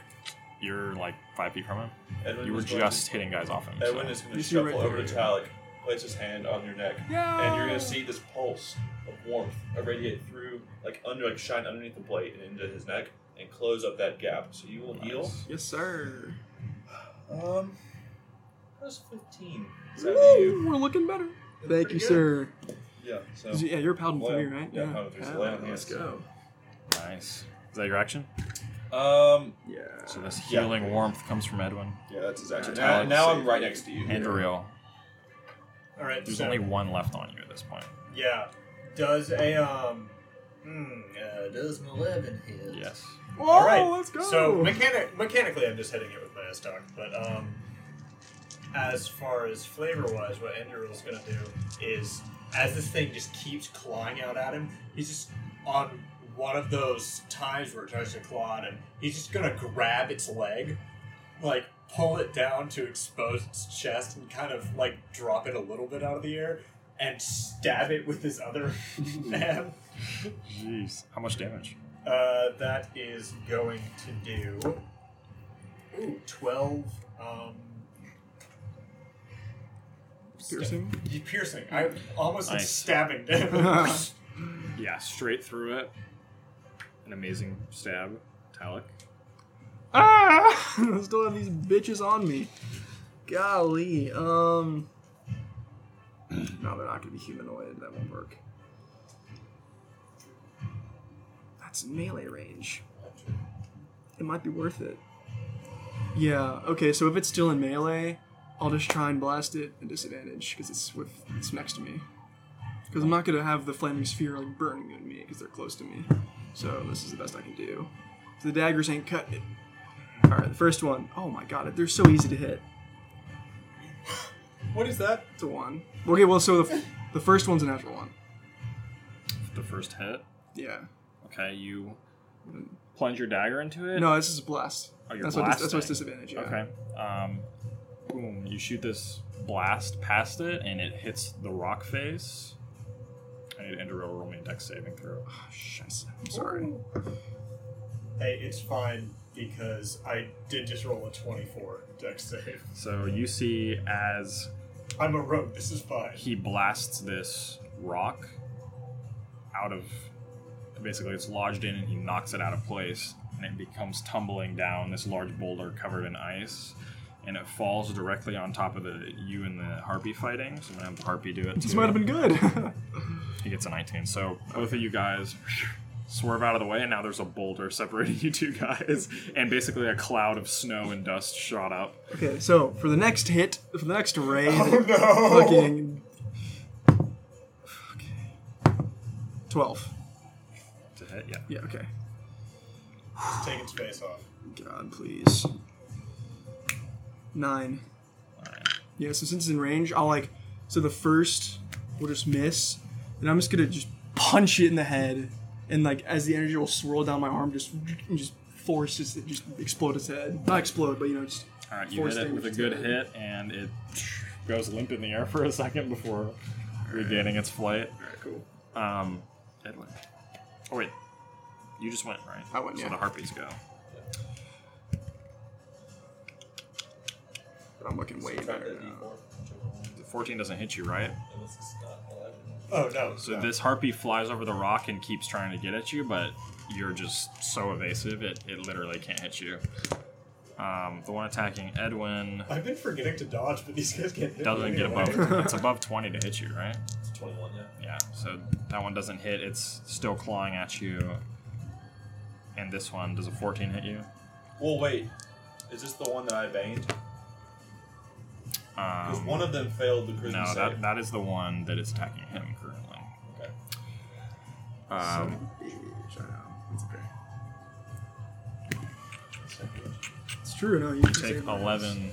You're like five feet from him.
Edwin
You were
is going to-
just hitting guys off him.
Edwin
so.
is going
You
to
see right
shuffle over
there.
to Talik, place his hand on your neck, and you're going to see this pulse of warmth irradiate through, like under, like shine underneath the blade and into his neck, and close up that gap. So you will heal.
Nice.
Yes, sir.
Um, how's fifteen? Is that to you?
Woo, we're looking better. Thank you,
pretty good.
sir.
Yeah. So
Yeah, you're Paladin
Well,
3, right?
yeah, Paladin three, so lay on
Let's
hands.
go.
Nice. Is that your action?
um,
Yeah.
So this
Yeah.
healing warmth comes from Edwin.
yeah, that's his action.
Talik
Now, now I'm
saved.
right next to you.
And Ariel.
All right.
There's
so-
only one left on you at this point.
Yeah. Does a um Hmm, uh, does an 11 hit?
Yes.
Oh,
All right.
let's go.
So mechanic, mechanically, I'm just hitting it with my S doc. But um, as far as flavor wise, what Enderil is going to do is, as this thing just keeps clawing out at him, he's just on one of those times where it tries to claw at him. He's just going to grab its leg, like pull it down to expose its chest, and kind of like drop it a little bit out of the air. And stab it with his other *laughs* hand.
Jeez. How much damage?
Uh, that is going to do ooh, 12 um,
piercing.
y- piercing. I almost am
Nice. *laughs*
stabbing damage.
Yeah, straight through it. An amazing stab. Talik.
Ah! *laughs* I still have these bitches on me. Golly. Um. No, they're not gonna be humanoid. That won't work. That's melee range. It might be worth it. Yeah. Okay. So if it's still in melee, I'll just try and blast it at disadvantage because it's with it's next to me. Because I'm not gonna have the flaming sphere like burning on me because they're close to me. So this is the best I can do. So the daggers ain't cutting it. All right, the first one. Oh my god, they're so easy to hit.
what is that?
It's a one. Okay, well, so the, the first one's a natural one.
The first hit.
Yeah.
Okay, you plunge your dagger into it.
No, this is a blast.
Oh, you're
that's, what dis- that's what's
blasting.
disadvantage. Yeah.
Okay. Um, boom. You shoot this blast past it, and it hits the rock face. I need Enderil to roll me a dex saving throw. Ah,
Oh, shit. I'm sorry.
Hey, it's fine because I did just roll a 24 dex save.
So you see as
I'm a rogue, this is fine. *laughs*
he blasts this rock out of basically it's lodged in and he knocks it out of place and it becomes tumbling down this large boulder covered in ice and it falls directly on top of the you and the harpy fighting so i'm gonna have the harpy do it
This
too.
might have been good. *laughs*
he gets a 19 so both of you guys swerve out of the way and now there's a boulder *laughs* separating you two guys and basically a cloud of snow and dust shot up
okay, so for the next hit, for the next ray,
Oh no!
fucking. Okay. 12.
to hit yeah
Yeah, okay.
Take its face off.
God, please. Nine.
all right
Yeah, so since it's in range, I'll like so the first will just miss, and I'm just gonna just punch it in the head, and like as the energy will swirl down my arm, just and just forces it just explode its head. Not explode, but you know just
All right, you
force
hit it
damage
with a
to
good
it.
hit, and it *laughs* goes limp in the air for a second before regaining its flight.
cool.
Um, Edwin. Oh wait, you just went right.
I went,
So
yeah.
the harpies go.
But I'm looking way
Subtract
better
that
now.
D4,
The Fourteen doesn't hit you, right?
unless it's not eleven.
Oh no.
So this harpy flies over the rock and keeps trying to get at you, but you're just so evasive it, it literally can't hit you. Um, the one attacking Edwin
I've been forgetting to dodge, but these guys can't hit me
doesn't get
anyway.
above.
*laughs*
it's above twenty to hit you, right?
It's twenty-one. Yeah.
Yeah, so that one doesn't hit. It's still clawing at you. And this one, does a 14 hit you?
Well, wait. Is this the one that I banged? Because
Um,
one of them failed the charisma
no,
save.
that, that is the one that is attacking him currently.
Okay.
Um,
Bitch, I know. It's okay. It's true. No, you can
take
save my ass.
11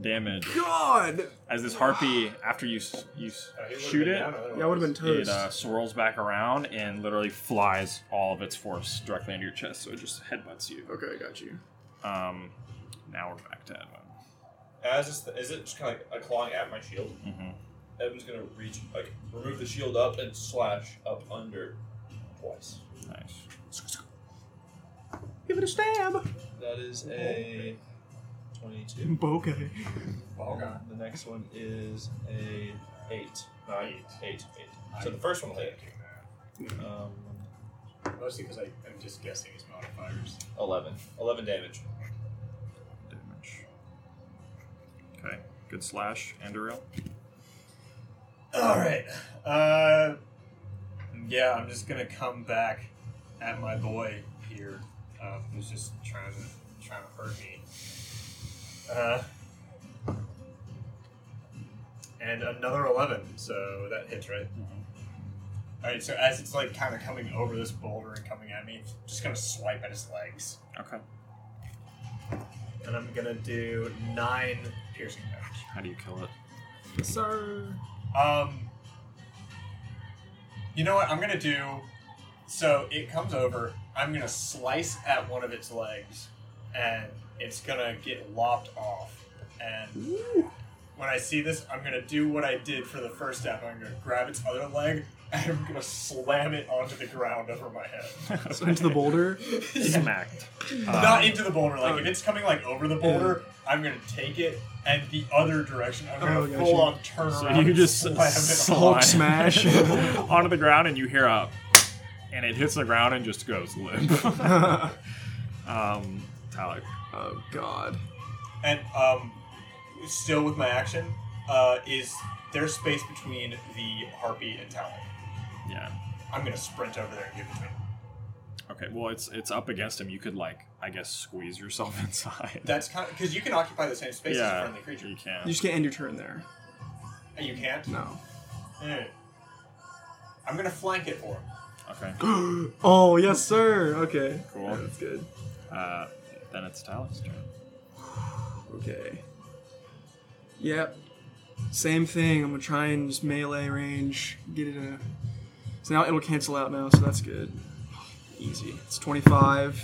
damage.
*laughs* God.
As this harpy, after you, s- you s-
Uh,
Oh, he would've
shoot
been
it,
down otherwise.
Yeah, I would have been
it
toast.
uh, swirls back around and literally flies all of its force directly into your chest, so it just headbutts you.
okay, I got you.
Um, now we're back to Edwin.
As this, is it just kind of like a clawing at my shield?
Mhm.
Evan's gonna reach, like, remove the shield up and slash up under twice.
Nice.
Give it a stab.
That is a twenty-two.
Okay.
And The next one is a eight. Nine, eight, eight. So the first one will hit.
Taking that.
Um,
Mostly because I'm just guessing his modifiers.
eleven. Eleven damage.
damage. Okay, good slash. Anduril.
All right. Uh, yeah, I'm just gonna come back at my boy here, uh, who's just trying to trying to hurt me. Uh, and another eleven, so that hits, right? All right, so as it's like kind of coming over this boulder and coming at me, just gonna swipe at his legs,
Okay.
and I'm gonna do nine piercing damage.
How do you kill it?
Sir.
Um, you know what? I'm gonna do. So it comes over. I'm gonna slice at one of its legs, and it's gonna get lopped off. And when I see this, I'm gonna do what I did for the first step. I'm gonna grab its other leg *laughs* and I'm gonna slam it onto the ground over my head.
*laughs*
So into the *laughs* boulder.
Smacked.
Not into the boulder. Like
Oh.
if it's coming like over the boulder, I'm gonna take it and the other direction. I'm gonna
Oh, gotcha.
full on turn
So
around.
you
and
*laughs* just
slam it
slide
smash.
*laughs* onto the ground, and you hear a, and it hits the ground and just goes limp. *laughs*
oh
um, Talik.
God.
And um, still with my action, uh, is there's space between the harpy and Talon.
Yeah.
I'm gonna sprint over there and get between. them.
Okay. Well, it's it's up against him. You could like, I guess, squeeze yourself *laughs* inside.
That's kind of because you can occupy the same space as a
yeah. Mm.
friendly creature.
You can.
You just can't end your turn there.
And you can't.
No.
Eh. I'm gonna flank it for him.
Okay.
*gasps* oh yes, sir. Okay.
Cool.
Yeah, that's good.
Uh, then it's Talik's turn.
Okay. Yep. Same thing. I'm gonna try and just melee range. Get it in a. So now it'll cancel out now. So that's good. Easy. It's 25,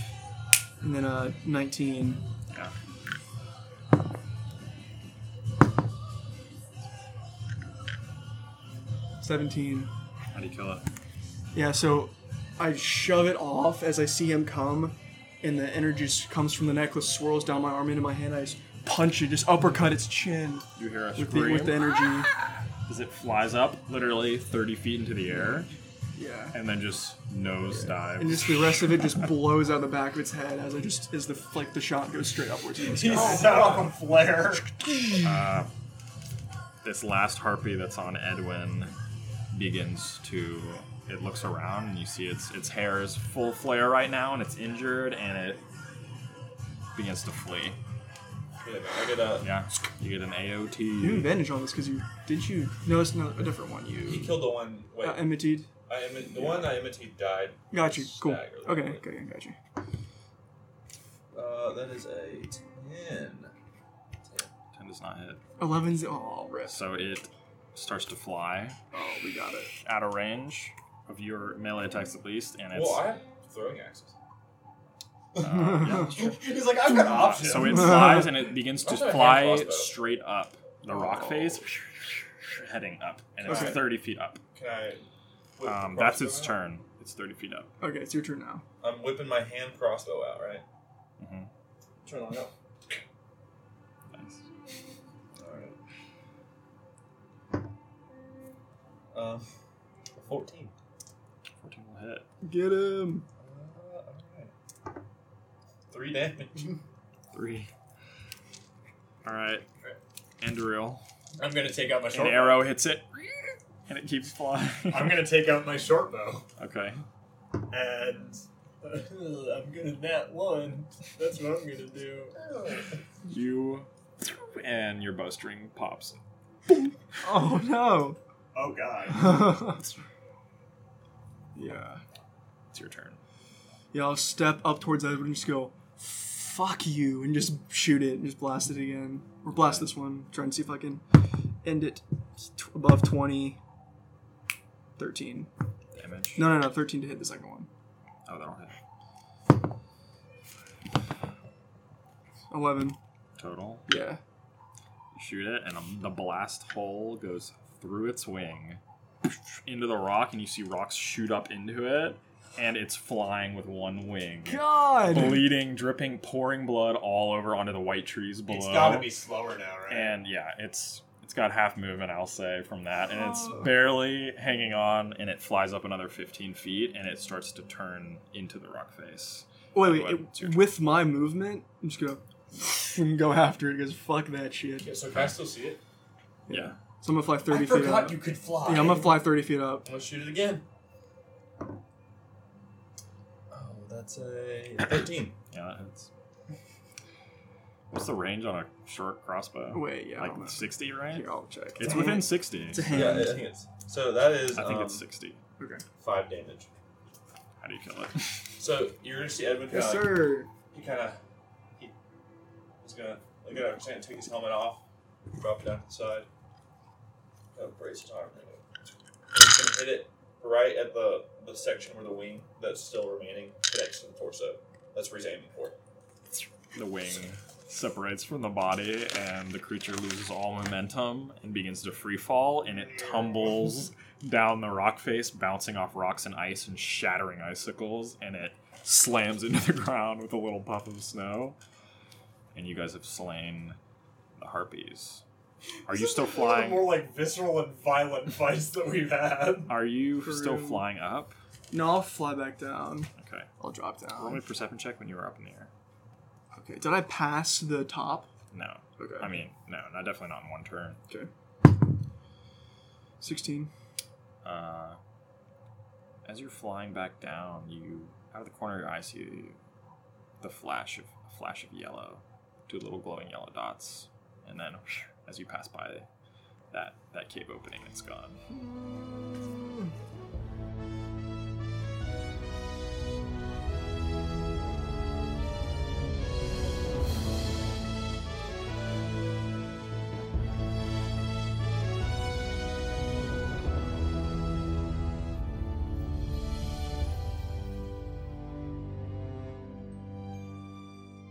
and then uh 19.
Yeah.
Seventeen.
How do you kill it?
Yeah, so I shove it off as I see him come, and the energy just comes from the necklace, swirls down my arm into my hand. I just punch it, just uppercut its chin
You hear a
with the,
scream
with the energy.
as it flies up, literally 30 feet into the air,
Yeah.
and then just nose dives.
And just the rest of it just blows out the back of its head as I just as the like the shot goes straight upwards. in the sky.
*laughs* He's set off a flare.
Uh, this last harpy that's on Edwin begins to. It looks around and you see its its hair is full flare right now, and it's injured, and it begins to flee.
Yeah, man, I got a.
Yeah, you get an AOT.
You have advantage on this because you did you no it's not a different one
He
you
killed the one. Wait,
uh, imitated.
I imi- the one I imitate died.
Got you. Cool.
Stagger a
Okay.
little bit.
Okay. Got you.
Uh, that is a ten.
10 does not hit.
Eleven's oh rest.
So it starts to fly
Oh, we got it.
out of range of your melee attacks at least, and it's.
Well, I have throwing axes.
uh, yeah, it's true.
*laughs* He's like, I've got
Uh,
options.
so
*laughs*
it flies and it begins to
Also, I have
fly
crossbow.
straight up the rock
Oh.
face, heading up, and it's
Okay.
30 feet up.
Can I? whip the
Um, that's
crossbow
its
out?
turn. It's 30 feet up.
Okay, it's your turn now.
I'm whipping my hand crossbow out, right?
Mhm.
Mm-hmm.
Turn on up.
Nice.
Alright. Um, a 14.
14 will hit.
Get him.
Uh, alright. Three damage.
Three. All right. Enduril.
I'm gonna take out my
An
short. bow.
arrow hits it, and it keeps flying.
I'm gonna take out my short bow.
*laughs* okay.
and *laughs* I'm gonna nat one. That's what I'm gonna do.
You and your bowstring pops.
Oh no. *laughs*
Oh god.
yeah.
It's your turn.
Yeah, I'll step up towards Edward and just go, fuck you, and just shoot it and just blast it again. Or blast this one. Try and see if I can end it t- above 20. 13.
Damage.
No, no, no, 13 to hit the second one.
Oh, that'll hit.
11.
Total.
Yeah.
shoot it, and um, the blast hole goes through its wing into the rock, and you see rocks shoot up into it, and it's flying with one wing.
God!
Bleeding, dripping, pouring blood all over onto the white trees below.
It's gotta be slower now, right?
And yeah, it's it's got half movement, I'll say, from that, and it's
Oh.
barely hanging on, and it flies up another 15 feet, and it starts to turn into the rock face.
wait, wait.
Edwin, it's your
It, with my movement, I'm just gonna *laughs* and go after it because fuck that shit.
Yeah, so can I still see it?
Yeah.
So I'm gonna fly 30
I
feet
forgot
up.
you could fly.
yeah, I'm gonna fly 30 feet up.
I'm gonna shoot it again. Oh, that's a 13.
Yeah, that hits. What's the range on a short crossbow?
Wait, yeah. I don't know.
Oh, like 60, right?
Here, I'll check.
It's
a
within
hand.
60.
It's a hand.
Yeah, Uh, I think it's so that is.
I think
um,
it's 60.
five damage.
How do you kill it?
So you're gonna see Edmund.
Yes,
kinda like-
sir.
He kind of he was gonna like I understand take his helmet off, drop it down to the side, kind of brace his arm. and He's gonna hit it right at the the section where the wing that's still remaining connects to the torso. That's where he's aiming for.
The wing separates from the body, and the creature loses all momentum and begins to free fall, and it
*laughs*
tumbles down the rock face, bouncing off rocks and ice and shattering icicles, and it slams into the *laughs* ground with a little puff of snow. And you guys have slain the harpies. Are you still
One of the
flying?
like visceral and violent fights that we've had.
Are you still
Crew.
flying up?
No, I'll fly back down.
Okay.
I'll drop
Roll me a
down.
perception check when you were up in the air.
Okay, did I pass the top?
No.
Okay.
I mean, no, not definitely not in one turn.
Okay. 16.
Uh, as you're flying back down, you out of the corner of your eye see the flash of a flash of yellow, two little glowing yellow dots, and then as you pass by that that cave opening, it's gone.